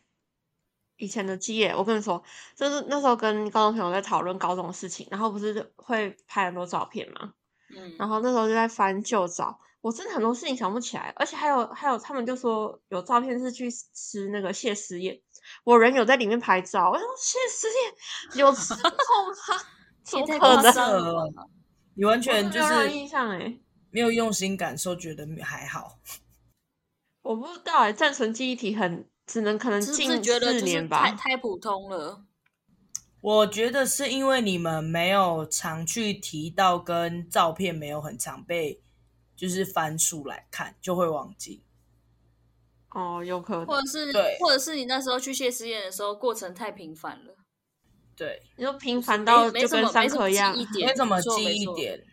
[SPEAKER 3] 以前的记忆耶。我跟你说，就是那时候跟高中朋友在讨论高中的事情，然后不是会拍很多照片吗？
[SPEAKER 2] 嗯，
[SPEAKER 3] 然后那时候就在翻旧照，我真的很多事情想不起来，而且还有还有他们就说有照片是去吃那个谢师宴，我人有在里面拍照，我说谢师宴有 吃痛吗？怎
[SPEAKER 2] 也
[SPEAKER 3] 么
[SPEAKER 2] 太
[SPEAKER 3] 可
[SPEAKER 2] 夸
[SPEAKER 3] 能？
[SPEAKER 2] 张了吧。
[SPEAKER 1] 你完全
[SPEAKER 3] 我
[SPEAKER 1] 就
[SPEAKER 3] 真的没有任何
[SPEAKER 1] 是
[SPEAKER 3] 印象哎、
[SPEAKER 1] 没有用心感受，觉得还好。
[SPEAKER 3] 我不知道哎、暂存记忆体很只能可能
[SPEAKER 2] 是
[SPEAKER 3] 近
[SPEAKER 2] 不是觉得
[SPEAKER 3] 四
[SPEAKER 2] 就是
[SPEAKER 3] 年
[SPEAKER 2] 太
[SPEAKER 3] 吧。
[SPEAKER 2] 太普通了？
[SPEAKER 1] 我觉得是因为你们没有常去提到，跟照片没有很常被就是翻出来看，就会忘记。
[SPEAKER 3] 哦，有可能
[SPEAKER 2] 或者是
[SPEAKER 1] 对
[SPEAKER 2] 或者是你那时候去谢师宴的时候过程太频繁了，
[SPEAKER 1] 对，
[SPEAKER 3] 你就频繁
[SPEAKER 2] 没
[SPEAKER 3] 到
[SPEAKER 2] 没
[SPEAKER 3] 就
[SPEAKER 2] 什
[SPEAKER 3] 跟
[SPEAKER 2] 么
[SPEAKER 3] 上
[SPEAKER 2] 没什
[SPEAKER 3] 课
[SPEAKER 2] 么
[SPEAKER 3] 一样
[SPEAKER 2] 记忆，点，
[SPEAKER 1] 没怎么
[SPEAKER 2] 没错
[SPEAKER 1] 记忆，
[SPEAKER 2] 没
[SPEAKER 1] 点，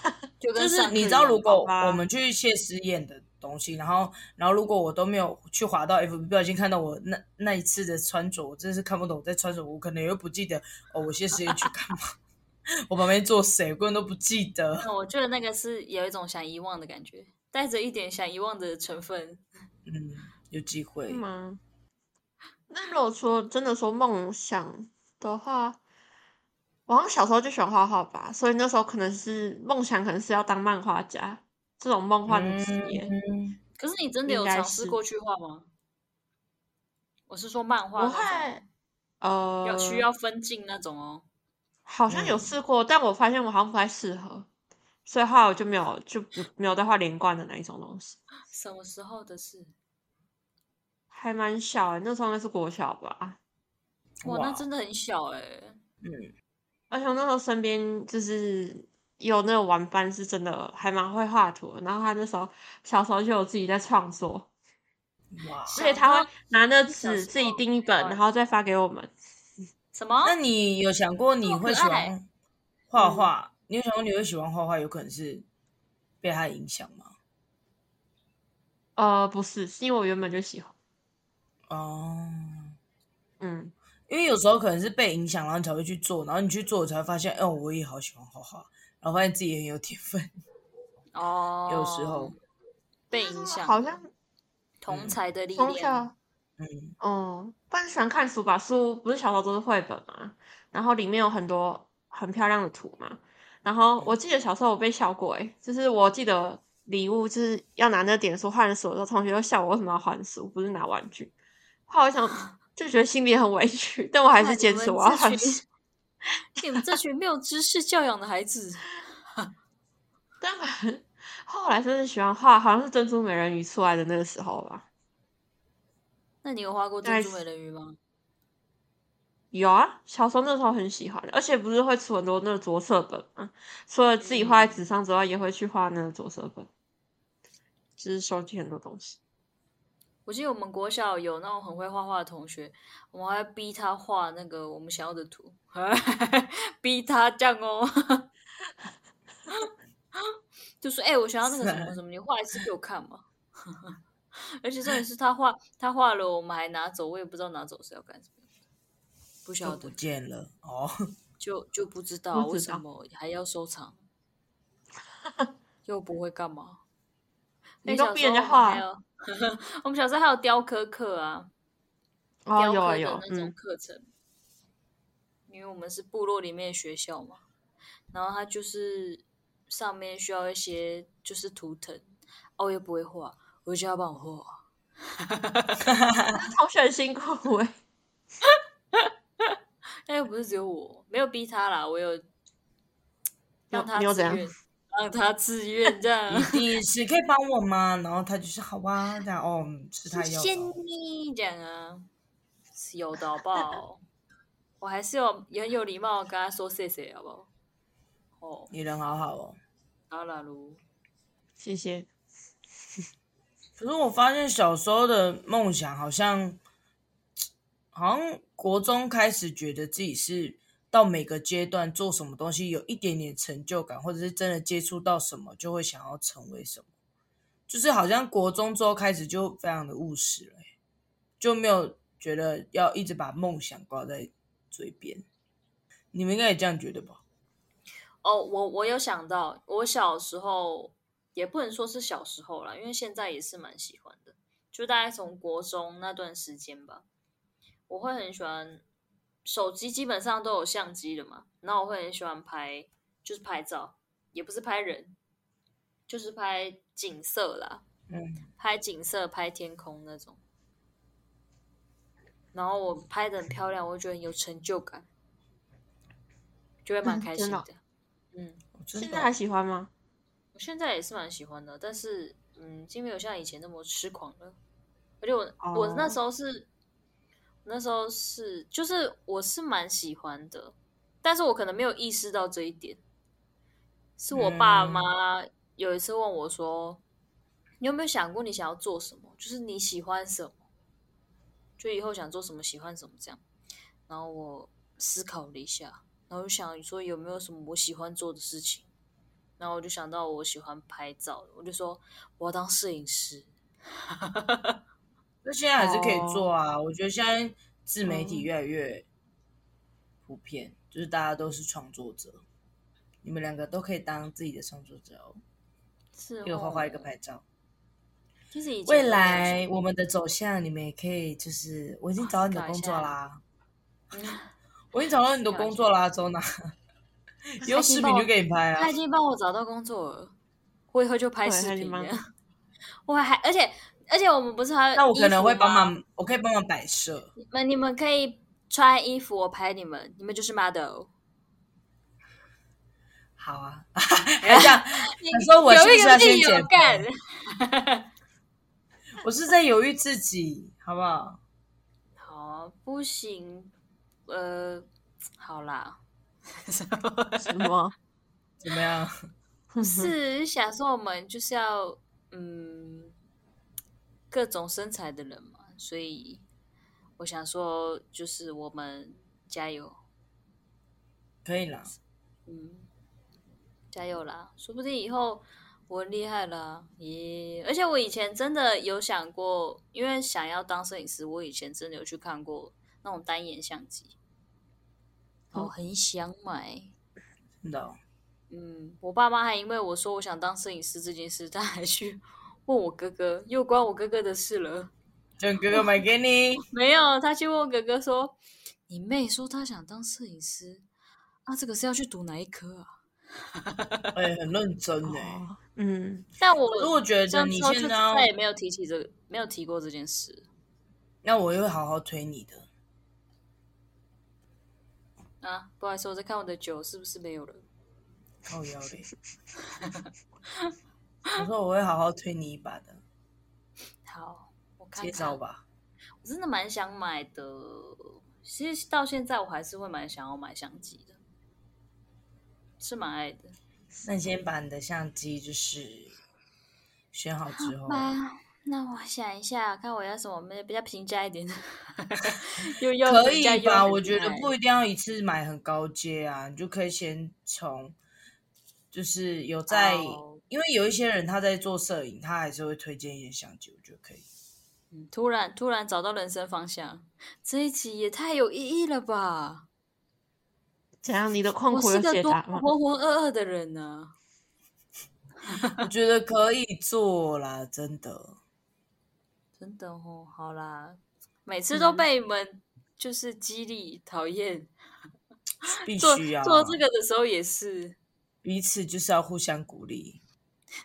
[SPEAKER 2] 错就跟
[SPEAKER 1] 就是
[SPEAKER 2] 上
[SPEAKER 1] 你知
[SPEAKER 2] 课
[SPEAKER 1] 道，
[SPEAKER 2] 一样
[SPEAKER 1] 如果
[SPEAKER 3] 好吧
[SPEAKER 1] 我们去谢师宴的东西，然后然后如果我都没有去滑到 FB，不小心看到我那那一次的穿着，我真是看不懂我在穿什么，我可能又不记得哦，我谢师宴去干嘛， 我旁边坐谁，我根本都不记得。
[SPEAKER 2] 那我觉得那个是有一种想遗忘的感觉，带着一点想遗忘的成分。
[SPEAKER 1] 嗯，有机会
[SPEAKER 3] 是，
[SPEAKER 2] 嗯
[SPEAKER 3] 吗？那如果说真的说梦想的话，我好像小时候就喜欢画画吧，所以那时候可能是梦想，可能是要当漫画家这种梦幻的职业。
[SPEAKER 1] 嗯，
[SPEAKER 2] 可是你真的有
[SPEAKER 3] 应该
[SPEAKER 2] 尝试
[SPEAKER 3] 是
[SPEAKER 2] 过去画吗？我是说漫画
[SPEAKER 3] 我
[SPEAKER 2] 那种，
[SPEAKER 3] 会呃，
[SPEAKER 2] 要需要分镜那种哦。
[SPEAKER 3] 好像有
[SPEAKER 1] 嗯
[SPEAKER 3] 试过，但我发现我好像不太适合，所以后来我就没有就不没有再画连贯的那一种东西。
[SPEAKER 2] 什么时候的事？
[SPEAKER 3] 还蛮小、欸，那时候应该是国小吧，
[SPEAKER 2] 哇，
[SPEAKER 1] 哇
[SPEAKER 2] 那真的很小哎、
[SPEAKER 1] 嗯
[SPEAKER 3] 而且我那时候身边就是有那种玩伴，是真的还蛮会画图的。然后他那时候小时候就有自己在创作，
[SPEAKER 1] 哇，
[SPEAKER 3] 而且
[SPEAKER 2] 小
[SPEAKER 3] 他
[SPEAKER 2] 时
[SPEAKER 3] 会拿
[SPEAKER 2] 哦
[SPEAKER 3] 那
[SPEAKER 2] 小时
[SPEAKER 3] 纸自己
[SPEAKER 2] 候
[SPEAKER 3] 订一
[SPEAKER 2] 哇
[SPEAKER 3] 本，然后再发给我们。
[SPEAKER 2] 什么？
[SPEAKER 1] 那你有想过你会喜
[SPEAKER 2] 这么可爱嗯
[SPEAKER 1] 欢画画？你有想过你会喜欢画画，有可能是被他影响吗？
[SPEAKER 3] 呃，不是，是因为我原本就喜欢。
[SPEAKER 1] 哦、
[SPEAKER 3] 嗯，
[SPEAKER 1] 因为有时候可能是被影响，然后你才会去做，然后你去做，才会发现，哦，我也好喜欢画画，然后发现自己也很有天分。
[SPEAKER 2] 哦，
[SPEAKER 1] 有时候，
[SPEAKER 2] 被
[SPEAKER 3] 但是
[SPEAKER 2] 影
[SPEAKER 3] 我
[SPEAKER 2] 响了，
[SPEAKER 3] 好像嗯
[SPEAKER 2] 同才的力
[SPEAKER 3] 从
[SPEAKER 2] 量。
[SPEAKER 3] 小，
[SPEAKER 1] 嗯，
[SPEAKER 3] 哦，不然喜欢看书吧，书不是小时候都是绘本嘛，然后里面有很多很漂亮的图嘛。然后我记得小时候我被笑过、欸，诶，就是我记得礼物就是要拿那点数换书的时候，同学都笑我为什么要换书，不是拿玩具。后 来我想就觉得心里很委屈，但我还
[SPEAKER 2] 哇
[SPEAKER 3] 是
[SPEAKER 2] 你
[SPEAKER 3] 坚
[SPEAKER 2] 们
[SPEAKER 3] 持我要
[SPEAKER 2] 这
[SPEAKER 3] 换
[SPEAKER 2] 群
[SPEAKER 3] 书。
[SPEAKER 2] 你们这群没有知识教养的孩子，
[SPEAKER 3] 但反正后来真的喜欢画，好像是珍珠美人鱼出来的那个时候吧。
[SPEAKER 2] 那你有画 过珍
[SPEAKER 3] 但
[SPEAKER 2] 珠
[SPEAKER 3] 是
[SPEAKER 2] 美人鱼吗？
[SPEAKER 3] 有啊，小时候那时候很喜欢，而且不是会出很多那个着色本嘛，除了自己画在纸上之外，也会去画那个着色本，就是收集很多东西。
[SPEAKER 2] 我记得我们国小有那种很会画画的同学，我们还会逼他画那个我们想要的图， 逼他这样哦， 就说：“哎、我想要那个什么什么，你画一次给我看嘛。” 而且重点是他画，他画了，我们还拿走，我也不知道拿走是要干什么，不
[SPEAKER 1] 都
[SPEAKER 2] 晓
[SPEAKER 1] 不
[SPEAKER 2] 得，
[SPEAKER 1] 见了哦。
[SPEAKER 2] 就就不知道
[SPEAKER 3] 不
[SPEAKER 2] 为
[SPEAKER 3] 知道
[SPEAKER 2] 什么还要收 藏，又不会干嘛。
[SPEAKER 3] 你
[SPEAKER 2] 哎
[SPEAKER 3] 都
[SPEAKER 2] 小
[SPEAKER 3] 逼
[SPEAKER 2] 时
[SPEAKER 3] 人家
[SPEAKER 2] 候我们还
[SPEAKER 3] 画
[SPEAKER 2] 有 我们小时候还有雕刻课啊，
[SPEAKER 3] 哦，
[SPEAKER 2] 雕
[SPEAKER 3] 有
[SPEAKER 2] 刻
[SPEAKER 3] 啊
[SPEAKER 2] 的
[SPEAKER 3] 有，
[SPEAKER 2] 那种
[SPEAKER 3] 嗯，
[SPEAKER 2] 课程，因为我们是部落里面的学校嘛，然后它就是上面需要一些就是图腾，哦，我又不会画，我就叫他帮我画。
[SPEAKER 3] 啊同学很辛苦哎、
[SPEAKER 2] 但又不是只有我，没有逼他啦，我有让他
[SPEAKER 3] 你有
[SPEAKER 2] 自
[SPEAKER 3] 怎样
[SPEAKER 2] 愿，让他自愿这样
[SPEAKER 1] 你，第一次可以帮我吗？然后他就是好吧，这样哦，嗯是他
[SPEAKER 2] 谢
[SPEAKER 1] 要
[SPEAKER 2] 谢
[SPEAKER 1] 的哦。
[SPEAKER 2] 你这样啊，是有的好不好？我还是有也很有礼貌地跟他说谢谢，好不好？哦，
[SPEAKER 1] 你人好好哦。
[SPEAKER 2] 阿拉鲁。
[SPEAKER 3] 谢谢。
[SPEAKER 1] 可是我发现小时候的梦想好像，好像国中开始觉得自己是到每个阶段做什么东西有一点点成就感，或者是真的接触到什么就会想要成为什么，就是好像国中之后开始就非常的务实了欸、就没有觉得要一直把梦想挂在嘴边。你们应该也这样觉得吧？
[SPEAKER 2] 哦，我我有想到，我小时候也不能说是小时候啦，因为现在也是蛮喜欢的，就大概从国中那段时间吧，我会很喜欢手机，基本上都有相机了嘛，然后我会很喜欢拍，就是拍照，也不是拍人，就是拍景色啦，
[SPEAKER 1] 嗯，
[SPEAKER 2] 拍景色、拍天空那种。然后我拍的很漂亮，我觉得很有成就感，就会蛮
[SPEAKER 3] 嗯
[SPEAKER 2] 开
[SPEAKER 3] 真
[SPEAKER 2] 心
[SPEAKER 3] 的
[SPEAKER 2] 的
[SPEAKER 3] 哦。
[SPEAKER 2] 嗯，
[SPEAKER 1] 我真
[SPEAKER 3] 现
[SPEAKER 1] 的
[SPEAKER 3] 在还喜欢吗？
[SPEAKER 2] 我现在也是蛮喜欢的，但是嗯，已经没有像以前那么痴狂了。而且我、我那
[SPEAKER 3] 哦
[SPEAKER 2] 时候是，我那时候是就是我是蛮喜欢的，但是我可能没有意识到这一点。是我爸
[SPEAKER 1] 嗯
[SPEAKER 2] 妈有一次问我说：“你有没有想过你想要做什么？就是你喜欢什么，就以后想做什么，喜欢什么这样。”然后我思考了一下，然后就想说有没有什么我喜欢做的事情，然后我就想到我喜欢拍照，我就说我要当摄影师。
[SPEAKER 1] 那现在还是可以做啊。我觉得现在自媒体
[SPEAKER 3] 嗯
[SPEAKER 1] 越来越普遍，就是大家都是创作者，你们两个都可以当自己的创作者哦，
[SPEAKER 2] 是，
[SPEAKER 1] 一个画画，一个。拍照。
[SPEAKER 2] 其哦实以前
[SPEAKER 1] 未
[SPEAKER 2] 都没有
[SPEAKER 1] 来
[SPEAKER 2] 想
[SPEAKER 1] 我们的走向，你们也可以就是，我已经找到你的工作啦， 我已经找到你的工作啦，周娜。以后视频就给你拍啊
[SPEAKER 2] 他已，经帮我找到工作了，我以后就拍
[SPEAKER 3] 对
[SPEAKER 2] 视
[SPEAKER 3] 他已经
[SPEAKER 2] 频
[SPEAKER 3] 帮
[SPEAKER 2] 了。我还而且而且我们不是还有
[SPEAKER 1] 那我可
[SPEAKER 2] 衣
[SPEAKER 1] 能
[SPEAKER 2] 服
[SPEAKER 1] 会帮
[SPEAKER 2] 吗
[SPEAKER 1] 忙，我可以帮忙摆设。
[SPEAKER 2] 你们，你们可以穿衣服，我拍你们，你们就是 model。
[SPEAKER 1] 好啊， 还这样，你说我是
[SPEAKER 2] 有
[SPEAKER 1] 不
[SPEAKER 2] 一
[SPEAKER 1] 是要
[SPEAKER 2] 个
[SPEAKER 1] 先减
[SPEAKER 2] 自由
[SPEAKER 1] 肥
[SPEAKER 2] 感？，
[SPEAKER 1] 我是在犹豫自己，好不好？
[SPEAKER 2] 好，不行，呃，好啦，
[SPEAKER 3] 什 么？
[SPEAKER 1] 怎么样？嗯
[SPEAKER 3] 不
[SPEAKER 2] 是想说我们就是要嗯各种身材的人嘛，所以我想说就是我们加油，
[SPEAKER 1] 可以啦，
[SPEAKER 2] 嗯，加油啦！说不定以后我厉害啦，耶！而且我以前真的有想过，因为想要当摄影师，我以前真的有去看过那种单眼相机，我、
[SPEAKER 3] 哦
[SPEAKER 2] 很想买。
[SPEAKER 1] 真的哦、
[SPEAKER 2] 嗯，我爸妈还因为我说我想当摄影师这件事，他还去问我哥哥，又关我哥哥的事了。
[SPEAKER 1] 就哥哥买给 你，
[SPEAKER 2] 没有，他去问哥哥说：“你妹说她想当摄影师，啊，这个是要去读哪一科啊
[SPEAKER 1] 哎、很认真哎、
[SPEAKER 3] 哦，嗯，？”
[SPEAKER 2] 但我
[SPEAKER 1] 可是我觉得
[SPEAKER 2] 像
[SPEAKER 1] 你
[SPEAKER 2] 之后
[SPEAKER 1] 现
[SPEAKER 2] 就
[SPEAKER 1] 在
[SPEAKER 2] 再
[SPEAKER 1] 要，
[SPEAKER 2] 也没有提起这个，没有提过这件事。
[SPEAKER 1] 那我也会好好推你的。
[SPEAKER 2] 啊，不好意思，我在看我的酒是不是没有了？
[SPEAKER 1] 靠腰 嘞！我说我会好好推你一把的，
[SPEAKER 2] 好，我看
[SPEAKER 1] 介绍
[SPEAKER 2] 看。
[SPEAKER 1] 吧。
[SPEAKER 2] 我真的蛮想买的，其实到现在我还是会蛮想要买相机的，是蛮爱的。
[SPEAKER 1] 那你先把你的相机就是选好之后，
[SPEAKER 2] 吧，那我想一下，看我要什么比较平价 一点的，又要
[SPEAKER 1] 可
[SPEAKER 2] 平价
[SPEAKER 1] 以
[SPEAKER 2] 又
[SPEAKER 1] 吧？
[SPEAKER 2] 很
[SPEAKER 1] 我觉得
[SPEAKER 2] 耐
[SPEAKER 1] 不一定要一次买很高阶啊，你就可以先从就是有在
[SPEAKER 2] 哦
[SPEAKER 1] 因为有一些人他在做摄影，他还是会推荐一些相机，我觉得可以。
[SPEAKER 2] 嗯突然突然找到人生方向，这一集也太有意义了吧！
[SPEAKER 3] 怎样？你的困
[SPEAKER 2] 我
[SPEAKER 3] 苦
[SPEAKER 2] 是
[SPEAKER 3] 有
[SPEAKER 2] 个
[SPEAKER 3] 解
[SPEAKER 2] 多
[SPEAKER 3] 答吗？
[SPEAKER 2] 浑浑噩噩的人呢、
[SPEAKER 1] 我觉得可以做啦，真的。
[SPEAKER 2] 真的哦，好啦，每次都
[SPEAKER 3] 嗯
[SPEAKER 2] 被你们就是激励，讨厌
[SPEAKER 1] 必
[SPEAKER 2] 做
[SPEAKER 1] 须啊要
[SPEAKER 2] 做这个的时候也是。
[SPEAKER 1] 彼此就是要互相鼓励。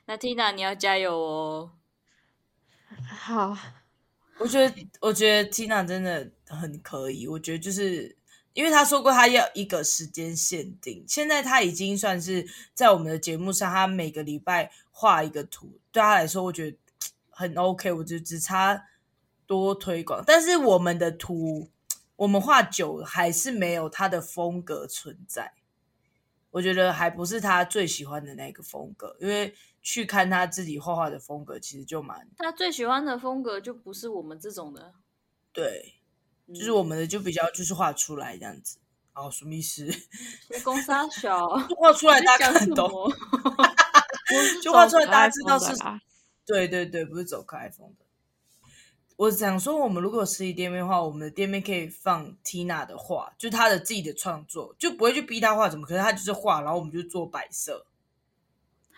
[SPEAKER 2] 那 Tina，你要加油哦！
[SPEAKER 3] 好，
[SPEAKER 1] 我觉得，我觉得 Tina 真的很可以。我觉得就是因为她说过，她要一个时间限定。现在她已经算是在我们的节目上，她每个礼拜画一个图，对她来说，我觉得很 OK。我就只差多推广，但是我们的图，我们画久了还是没有她的风格存在。我觉得还不是她最喜欢的那个风格，因为去看她自己画画的风格，其实就蛮
[SPEAKER 2] 他最喜欢的风格就不是我们这种的，
[SPEAKER 1] 对。就是
[SPEAKER 2] 嗯
[SPEAKER 1] 我们的就比较就是画出来这样子。哦，什么意思？
[SPEAKER 2] 是公沙小，
[SPEAKER 1] 画 出来
[SPEAKER 2] 你
[SPEAKER 1] 大
[SPEAKER 2] 在
[SPEAKER 1] 家
[SPEAKER 2] 讲
[SPEAKER 1] 看
[SPEAKER 2] 什
[SPEAKER 1] 得懂。
[SPEAKER 2] 么？
[SPEAKER 1] 就画出来大
[SPEAKER 3] 走
[SPEAKER 1] 家
[SPEAKER 3] 可爱
[SPEAKER 1] 知道
[SPEAKER 3] 风的啊
[SPEAKER 1] 是
[SPEAKER 3] 吧
[SPEAKER 1] 对对对，不是走可爱风的。我想说，我们如果有实体店面的话，我们的店面可以放 Tina 的画，就她的自己的创作，就不会去逼她画怎么，可是她就是画，然后我们就做摆设。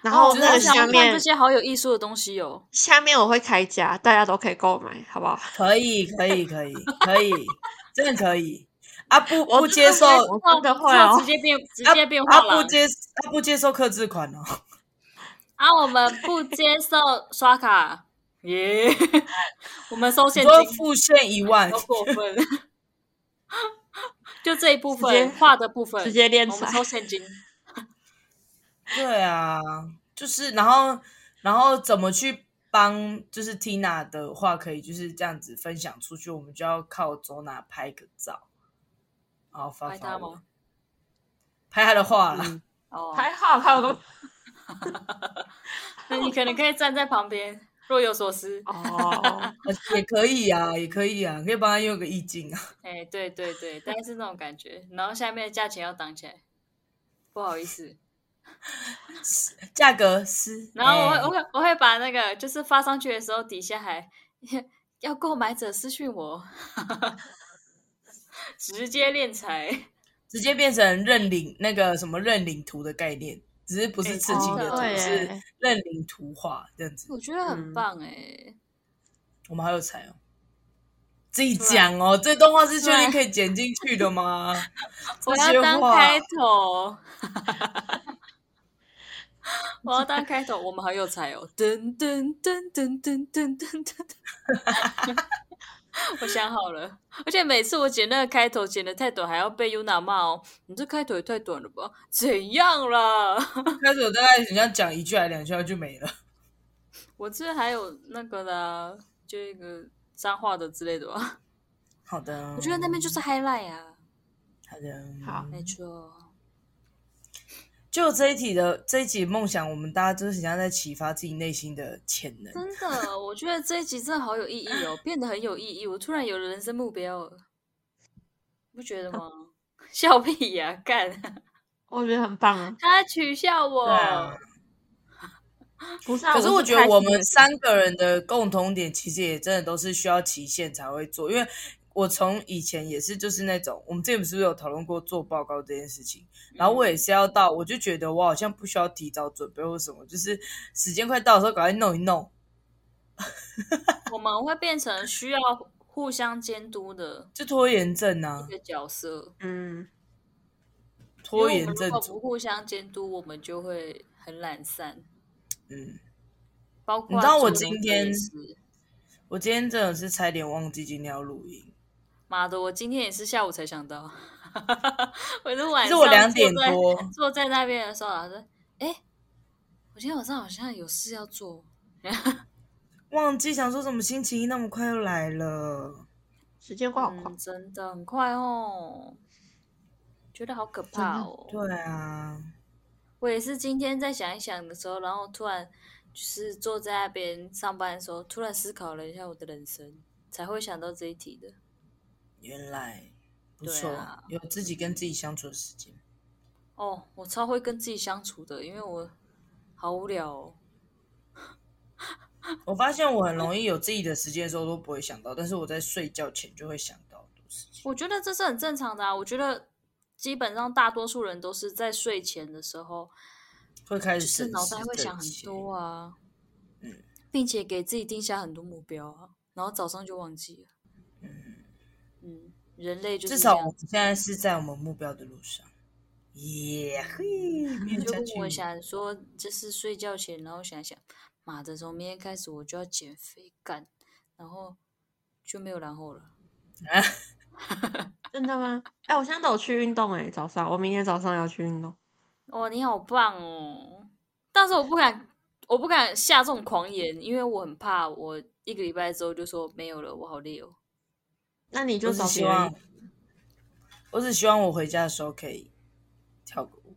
[SPEAKER 3] 然
[SPEAKER 2] 哦
[SPEAKER 3] 后
[SPEAKER 2] 我
[SPEAKER 1] 就
[SPEAKER 2] 好
[SPEAKER 3] 那个
[SPEAKER 1] 是
[SPEAKER 2] 想要
[SPEAKER 3] 下
[SPEAKER 2] 看
[SPEAKER 3] 面
[SPEAKER 2] 这些好有艺术的东西哦。
[SPEAKER 3] 下面我会开价，大家都可以购买，好不好？
[SPEAKER 1] 可以，可以，可以，可以，真的可以。啊不
[SPEAKER 3] 我
[SPEAKER 1] 不
[SPEAKER 3] 真
[SPEAKER 1] 接
[SPEAKER 3] 的
[SPEAKER 1] 受，
[SPEAKER 3] 觉得我真的会
[SPEAKER 2] 这
[SPEAKER 3] 哦
[SPEAKER 2] 直，接变直
[SPEAKER 1] 啊
[SPEAKER 2] 接变
[SPEAKER 1] 啊
[SPEAKER 2] 话痨
[SPEAKER 1] 不接啊不接受克制款哦，
[SPEAKER 2] 啊！我们不接受 刷卡，耶！我们收
[SPEAKER 1] 你
[SPEAKER 2] 现
[SPEAKER 1] 说
[SPEAKER 2] 金，
[SPEAKER 1] 付现一 万
[SPEAKER 2] 好，过分。就这一部
[SPEAKER 3] 直
[SPEAKER 2] 分
[SPEAKER 3] 接
[SPEAKER 2] 画的部分，
[SPEAKER 3] 直接练
[SPEAKER 2] 我
[SPEAKER 3] 出
[SPEAKER 2] 们
[SPEAKER 3] 来。
[SPEAKER 2] 收现金。
[SPEAKER 1] 对啊，就是然后然后怎么去帮？就是 Tina 的话，可以就是这样子分享出去，我们就要靠周娜拍个照，然后发
[SPEAKER 2] 拍他
[SPEAKER 1] 发文
[SPEAKER 2] 吗？
[SPEAKER 1] 拍他的话啦。
[SPEAKER 3] 嗯，
[SPEAKER 2] 哦，
[SPEAKER 3] 还好，还有个
[SPEAKER 2] 那你可能可以站在旁边，若有所思。
[SPEAKER 3] 哦，
[SPEAKER 2] 嗯
[SPEAKER 1] 呃也可以啊，也可以啊，可以帮他用个意境啊。
[SPEAKER 2] 哎，对对对，大概是那种感觉。然后下面的价钱要挡起来，不好意思。
[SPEAKER 1] 价格是，
[SPEAKER 2] 然后我会、
[SPEAKER 1] 哎
[SPEAKER 2] 我会我会把那个就是发上去的时候，底下还 要购买者私讯我， 直接练财，
[SPEAKER 1] 直接变成认领那个什么认领图的概念，只是不
[SPEAKER 2] 哎欸
[SPEAKER 1] 是刺
[SPEAKER 2] 自己
[SPEAKER 1] 青
[SPEAKER 2] 真
[SPEAKER 1] 的
[SPEAKER 2] 的
[SPEAKER 1] 图，
[SPEAKER 3] 对
[SPEAKER 1] 是
[SPEAKER 3] 耶，
[SPEAKER 1] 认领图画这样子。
[SPEAKER 2] 我觉得很
[SPEAKER 3] 嗯
[SPEAKER 2] 棒哎、
[SPEAKER 1] 我们好有才哦！自己
[SPEAKER 2] 啊
[SPEAKER 1] 讲哦，这段话是确定可以剪进去的吗？这
[SPEAKER 2] 我
[SPEAKER 1] 些
[SPEAKER 2] 要当
[SPEAKER 1] 话
[SPEAKER 2] 开头， 我要当开头，我们好有才哦！噔噔噔噔噔噔噔噔，我想好了，而且每次我剪那个开头剪的太短，还要被 UNA 骂哦。你这开头也太短了吧？怎样啦？
[SPEAKER 1] 开始我大概人家讲一句还两句话就没了。
[SPEAKER 2] 我这还有那个啦，就一个脏话的之类的吧。
[SPEAKER 1] 好的，
[SPEAKER 2] 我觉得那边就是 highlight 啊，
[SPEAKER 1] 好的，
[SPEAKER 3] 好
[SPEAKER 2] 没错。
[SPEAKER 1] 就这一题的这一集梦想，我们大家就是想要在启发自己内心的潜能。
[SPEAKER 2] 真的，我觉得这一集真的好有意义哦，变得很有意义。我突然有了人生目标了，你不觉得吗？ 笑屁呀、 干！
[SPEAKER 3] 我觉得很棒啊。
[SPEAKER 2] 他取笑我，
[SPEAKER 1] 对啊
[SPEAKER 3] 不是啊，
[SPEAKER 1] 可是我
[SPEAKER 3] 我
[SPEAKER 1] 觉得我们
[SPEAKER 3] 是开心的
[SPEAKER 1] 三个人的共同点，其实也真的都是需要期限才会做。因为我从以前也是就是那种，我们之前是不是有讨论过做报告这件事情？
[SPEAKER 2] 嗯
[SPEAKER 1] 然后我也是要到，我就觉得我好像不需要提早准备或什么，就是时间快到的时候赶快弄一弄。
[SPEAKER 2] 我们会变成需要互相监督的
[SPEAKER 1] 就拖延症啊
[SPEAKER 2] 一，个角色。
[SPEAKER 3] 嗯，
[SPEAKER 1] 拖
[SPEAKER 2] 因为我
[SPEAKER 1] 延
[SPEAKER 2] 们
[SPEAKER 1] 症
[SPEAKER 2] 如果不
[SPEAKER 1] 族，
[SPEAKER 2] 互相监督，我们就会很懒散。
[SPEAKER 1] 嗯，
[SPEAKER 2] 包括
[SPEAKER 1] 你知道我
[SPEAKER 2] 做
[SPEAKER 1] 今
[SPEAKER 2] 那个
[SPEAKER 1] 天
[SPEAKER 2] 也是
[SPEAKER 1] 我今天真的是差点忘记今天要录音，
[SPEAKER 2] 妈的，我今天也是下午才想到， 我是晚
[SPEAKER 1] 其实
[SPEAKER 2] 上
[SPEAKER 1] 我两点
[SPEAKER 2] 坐在
[SPEAKER 1] 多，
[SPEAKER 2] 坐在那边的时候，老师说，哎、我今天晚上好像有事要做，
[SPEAKER 1] 忘记想说什么星期一那么快又来了，
[SPEAKER 3] 时间过好快
[SPEAKER 2] 嗯，，真的很快哦，觉得好可怕哦。
[SPEAKER 1] 对啊，
[SPEAKER 2] 我也是今天在想一想的时候，然后突然就是坐在那边上班的时候，突然思考了一下我的人生，才会想到这一题的。
[SPEAKER 1] 原来不错，
[SPEAKER 2] 对啊
[SPEAKER 1] 有自己跟自己相处的时间，
[SPEAKER 2] 哦，我超会跟自己相处的，因为我好无聊哦。
[SPEAKER 1] 我发现我很容易有自己的时间的时候都不会想到，但是我在睡觉前就会想到很多事情，
[SPEAKER 2] 我觉得这是很正常的啊，我觉得基本上大多数人都是在睡前的时候
[SPEAKER 1] 会开
[SPEAKER 2] 就
[SPEAKER 1] 始
[SPEAKER 2] 是
[SPEAKER 1] 审
[SPEAKER 2] 脑
[SPEAKER 1] 视
[SPEAKER 2] 袋会
[SPEAKER 1] 这
[SPEAKER 2] 想
[SPEAKER 1] 一
[SPEAKER 2] 很
[SPEAKER 1] 切
[SPEAKER 2] 多啊，
[SPEAKER 1] 嗯
[SPEAKER 2] 并且给自己定下很多目标啊，然后早上就忘记了。
[SPEAKER 1] 嗯，
[SPEAKER 2] 嗯，人类就
[SPEAKER 1] 至
[SPEAKER 2] 是
[SPEAKER 1] 少
[SPEAKER 2] 这
[SPEAKER 1] 我
[SPEAKER 2] 样啊
[SPEAKER 1] 们现在是在我们目标的路上，耶、嘿，没有
[SPEAKER 2] 就
[SPEAKER 1] 下
[SPEAKER 2] 跟
[SPEAKER 1] 去
[SPEAKER 2] 我。想说，就是睡觉前，然后想想，妈的，从明天开始我就要减肥干，然后就没有然后了。
[SPEAKER 3] 真的吗？哎，我现在都有去运动哎，早上，我明天早上要去运动。
[SPEAKER 2] 哇，你好棒哦！但是我不敢，我不敢下这种狂言，因为我很怕我一个礼拜之后就说没有了，我好累哦。
[SPEAKER 3] 那你
[SPEAKER 1] 我
[SPEAKER 3] 就
[SPEAKER 1] 只
[SPEAKER 3] 找
[SPEAKER 1] 希
[SPEAKER 3] 别人
[SPEAKER 1] 望，我只希望我回家的时候可以跳个舞。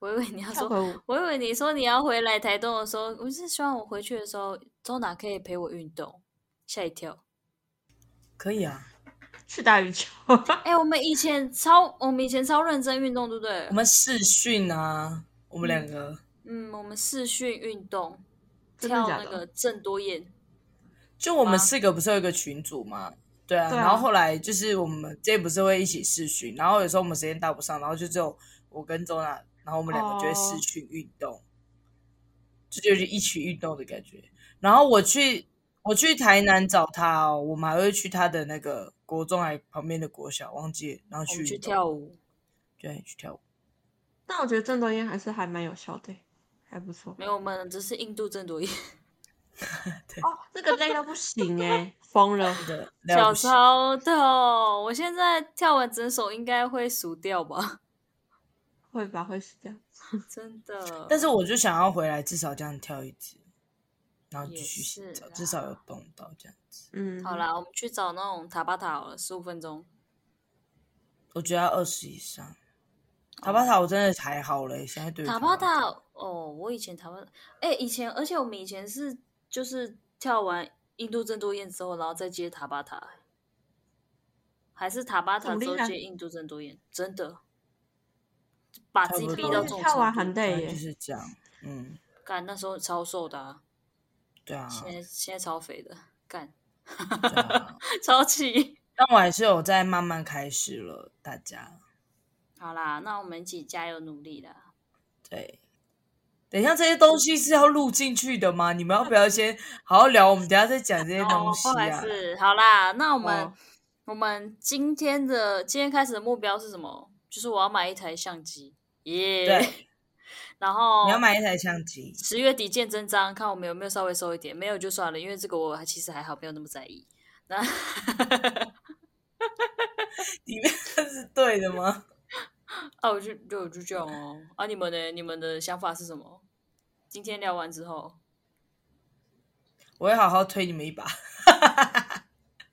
[SPEAKER 2] 我以为你要
[SPEAKER 3] 跳
[SPEAKER 2] 说
[SPEAKER 3] 个舞，
[SPEAKER 2] 我以为你说你要回来台东的时候，我是希望我回去的时候，周娜可以陪我运动，吓一跳。
[SPEAKER 1] 可以啊，
[SPEAKER 3] 去打羽球。
[SPEAKER 2] 哎、我们以前超，我们以前超认真运动，对不对
[SPEAKER 1] 我？们试训啊，我们两个
[SPEAKER 2] 呃嗯，我们视讯运动，
[SPEAKER 3] 真的
[SPEAKER 2] 跳
[SPEAKER 3] 假
[SPEAKER 2] 那
[SPEAKER 3] 的
[SPEAKER 2] 个郑多燕，
[SPEAKER 1] 就我们
[SPEAKER 2] 啊
[SPEAKER 1] 四个不是有一个群组嘛？对啊，
[SPEAKER 3] 对啊
[SPEAKER 1] 然后后来就是我们这不是会一起试训，然后有时候我们时间搭不上，然后就只有我跟周娜，然后我们两个就会试
[SPEAKER 3] 哦
[SPEAKER 1] 训运动，这就是一起运动的感觉。然后我去我去台南找他哦，我们还会去他的那个国中还旁边的国小，忘记了，然后
[SPEAKER 2] 我
[SPEAKER 1] 去
[SPEAKER 2] 们去
[SPEAKER 1] 运动
[SPEAKER 2] 跳舞，
[SPEAKER 1] 对去跳舞。
[SPEAKER 3] 但我觉得郑多燕还是还蛮有效的，还不错。
[SPEAKER 2] 没有，我们只是印度郑多燕。
[SPEAKER 3] 哦，这个累到不行哎， 疯了。
[SPEAKER 1] 真的了
[SPEAKER 2] 脚
[SPEAKER 1] 不起，
[SPEAKER 2] 超痛，我现在跳完整首应该会数掉吧？
[SPEAKER 3] 会吧，会死掉。
[SPEAKER 2] 真的。
[SPEAKER 1] 但是我就想要回来，至少这样跳一次，然后继续洗
[SPEAKER 2] 也是
[SPEAKER 1] 澡，
[SPEAKER 2] 啦
[SPEAKER 1] 至少有动到这样子。
[SPEAKER 3] 嗯，
[SPEAKER 2] 好，啦，我们去找那种塔巴塔好了，十五分钟。
[SPEAKER 1] 我觉得要二十以上。塔巴塔我真的还好嘞，现在对于
[SPEAKER 2] 哦塔
[SPEAKER 1] 巴
[SPEAKER 2] 巴塔哦，我以前塔巴塔，哎、以前而且我们以前是就是跳完印度郑多燕之后，然后再接塔巴塔，还是塔巴
[SPEAKER 3] 这
[SPEAKER 2] 塔
[SPEAKER 3] 么厉
[SPEAKER 2] 之后
[SPEAKER 3] 害
[SPEAKER 2] 接印度郑多燕，真的把自己逼到这种
[SPEAKER 3] 跳完啊
[SPEAKER 2] 程
[SPEAKER 3] 很
[SPEAKER 2] 度。
[SPEAKER 1] 反
[SPEAKER 3] 累
[SPEAKER 1] 正就
[SPEAKER 3] 耶，
[SPEAKER 1] 是这样，嗯，
[SPEAKER 2] 干那时候超瘦的、啊，
[SPEAKER 1] 对啊，
[SPEAKER 2] 现在现在超肥的，干
[SPEAKER 1] 对啊
[SPEAKER 2] 超气。
[SPEAKER 1] 但我还是有在慢慢开始了，大家
[SPEAKER 2] 好啦，那我们一起加油努力啦！
[SPEAKER 1] 对。等一下，这些东西是要录进去的吗？你们要不要先好好聊？我们等一下再讲这些东西
[SPEAKER 2] 哦、后来
[SPEAKER 1] 啊。
[SPEAKER 2] 是好啦，那我们、
[SPEAKER 1] 哦
[SPEAKER 2] 我们今天的今天开始的目标是什么？就是我要买一台相机，耶、
[SPEAKER 1] 对，
[SPEAKER 2] 然后
[SPEAKER 1] 你要买一台相机，
[SPEAKER 2] 十月底见真章，看我们有没有稍微瘦一点，没有就算了，因为这个我还其实还好，没有那么在意。那
[SPEAKER 1] 里面 是对的吗？
[SPEAKER 2] 啊，我就就我就这样哦。啊，你们呢？你们的想法是什么？今天聊完之后，
[SPEAKER 1] 我会好好推你们一把。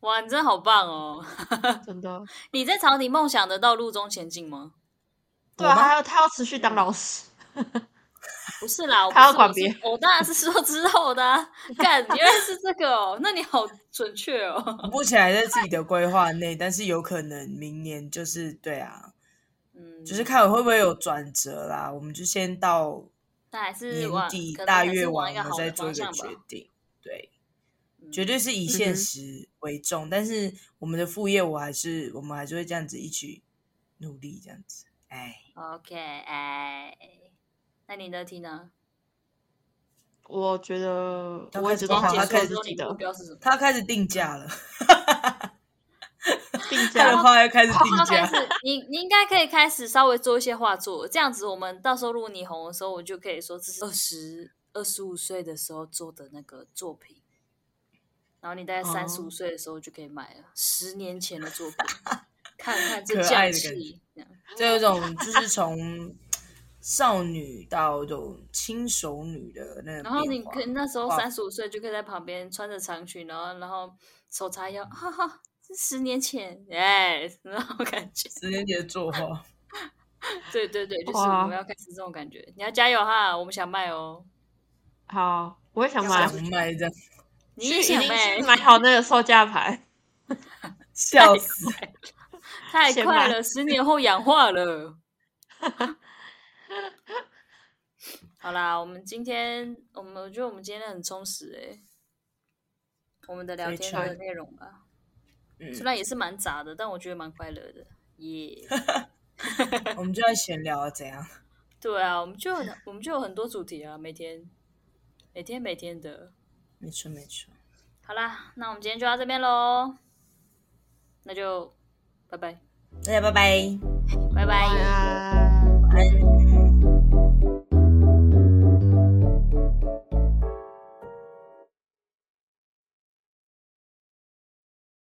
[SPEAKER 2] 哇，你真的好棒哦！
[SPEAKER 3] 真的。
[SPEAKER 2] 你在朝你梦想的道路中前进吗？
[SPEAKER 3] 对
[SPEAKER 1] 我
[SPEAKER 3] 啊，
[SPEAKER 1] 吗
[SPEAKER 3] 还有他要持续当老师，
[SPEAKER 2] 不是啦，我不
[SPEAKER 3] 他要
[SPEAKER 2] 是
[SPEAKER 3] 管
[SPEAKER 2] 我
[SPEAKER 3] 别
[SPEAKER 2] 是我当然是说之后的、 啊。干，原来是这个哦，那你好准确哦。
[SPEAKER 1] 我目前还在自己的规划内，但是有可能明年就是对啊，
[SPEAKER 2] 嗯，
[SPEAKER 1] 就是，看我会不会有转折啦。我们就先到
[SPEAKER 2] 但还是
[SPEAKER 1] 年
[SPEAKER 2] 往
[SPEAKER 1] 底
[SPEAKER 2] 可能
[SPEAKER 1] 大
[SPEAKER 2] 还是
[SPEAKER 1] 月
[SPEAKER 2] 往
[SPEAKER 1] 完，
[SPEAKER 2] 一个
[SPEAKER 1] 我
[SPEAKER 2] 好
[SPEAKER 1] 再
[SPEAKER 2] 的
[SPEAKER 1] 做
[SPEAKER 2] 方
[SPEAKER 1] 一个
[SPEAKER 2] 向吧
[SPEAKER 1] 决。定。对，
[SPEAKER 2] 嗯
[SPEAKER 1] 绝对是以
[SPEAKER 3] 嗯
[SPEAKER 1] 现
[SPEAKER 3] 哼
[SPEAKER 1] 实为重，但是我们的副业，我还是我们还是会这样子一起努力，这样子。哎，
[SPEAKER 2] OK，哎，那你的题呢？
[SPEAKER 3] 我觉得
[SPEAKER 1] 他
[SPEAKER 3] 我
[SPEAKER 1] 开
[SPEAKER 3] 一
[SPEAKER 1] 始
[SPEAKER 3] 直都
[SPEAKER 1] 好他
[SPEAKER 3] 很想
[SPEAKER 1] 开始
[SPEAKER 3] 做
[SPEAKER 2] 之
[SPEAKER 3] 自
[SPEAKER 2] 后
[SPEAKER 3] 己
[SPEAKER 2] 你的目
[SPEAKER 3] 的
[SPEAKER 2] 标是什么？
[SPEAKER 1] 他要开始定价了，
[SPEAKER 2] 嗯
[SPEAKER 3] 定
[SPEAKER 1] 他
[SPEAKER 3] 价
[SPEAKER 1] 的。话要开始定
[SPEAKER 2] 啊要开 始
[SPEAKER 1] 价。，
[SPEAKER 2] 你你应该可以开始稍微做一些画作，这样子我们到时候如果你红的时候，我就可以说这是二十二十五岁的时候做的那个作品，然后你大概三十五
[SPEAKER 3] 哦
[SPEAKER 2] 岁的时候就可以买了，十年前的 作品，看看这
[SPEAKER 1] 可
[SPEAKER 2] 匠
[SPEAKER 1] 爱的感
[SPEAKER 2] 气，这样
[SPEAKER 1] 这有一种就是从少女到这种轻熟女的那
[SPEAKER 2] 然后
[SPEAKER 1] 个
[SPEAKER 2] 你
[SPEAKER 1] 变化
[SPEAKER 2] 可。以那时候
[SPEAKER 1] 画
[SPEAKER 2] 三十五岁就可以在旁边穿着长裙，然后然后手叉腰，哈哈，这十年前，哎， 那种感觉。
[SPEAKER 1] 十年前的作画，
[SPEAKER 2] 对对对，就是
[SPEAKER 3] 哇
[SPEAKER 2] 我们要开始这种感觉，你要加油哈，我们想卖哦。
[SPEAKER 3] 好，我也想买，
[SPEAKER 1] 想卖 这样，
[SPEAKER 2] 你
[SPEAKER 3] 去
[SPEAKER 2] 也
[SPEAKER 3] 一定
[SPEAKER 2] 想
[SPEAKER 3] 去
[SPEAKER 2] 卖，
[SPEAKER 3] 买好那个售价牌。
[SPEAKER 1] 笑死！
[SPEAKER 2] 太
[SPEAKER 3] 先
[SPEAKER 2] 快
[SPEAKER 3] 买
[SPEAKER 2] 了，十年后氧化了。好啦，我们今天，我们我觉得我们今天很充实诶、我们的聊
[SPEAKER 1] 非
[SPEAKER 2] 天
[SPEAKER 1] 常
[SPEAKER 2] 的内容吧，
[SPEAKER 1] 嗯
[SPEAKER 2] 虽然也是蛮杂的，但我觉得蛮快乐的，耶、
[SPEAKER 1] 我们就在闲聊怎样？
[SPEAKER 2] 对啊，我们就有我们就有很多主题啊，每天每天每天的。
[SPEAKER 1] 没错没错，
[SPEAKER 2] 好啦，那我们今天就到这边喽，那就拜拜，
[SPEAKER 1] 大家拜拜，
[SPEAKER 2] 拜拜。
[SPEAKER 3] 晚安。
[SPEAKER 1] 晚安。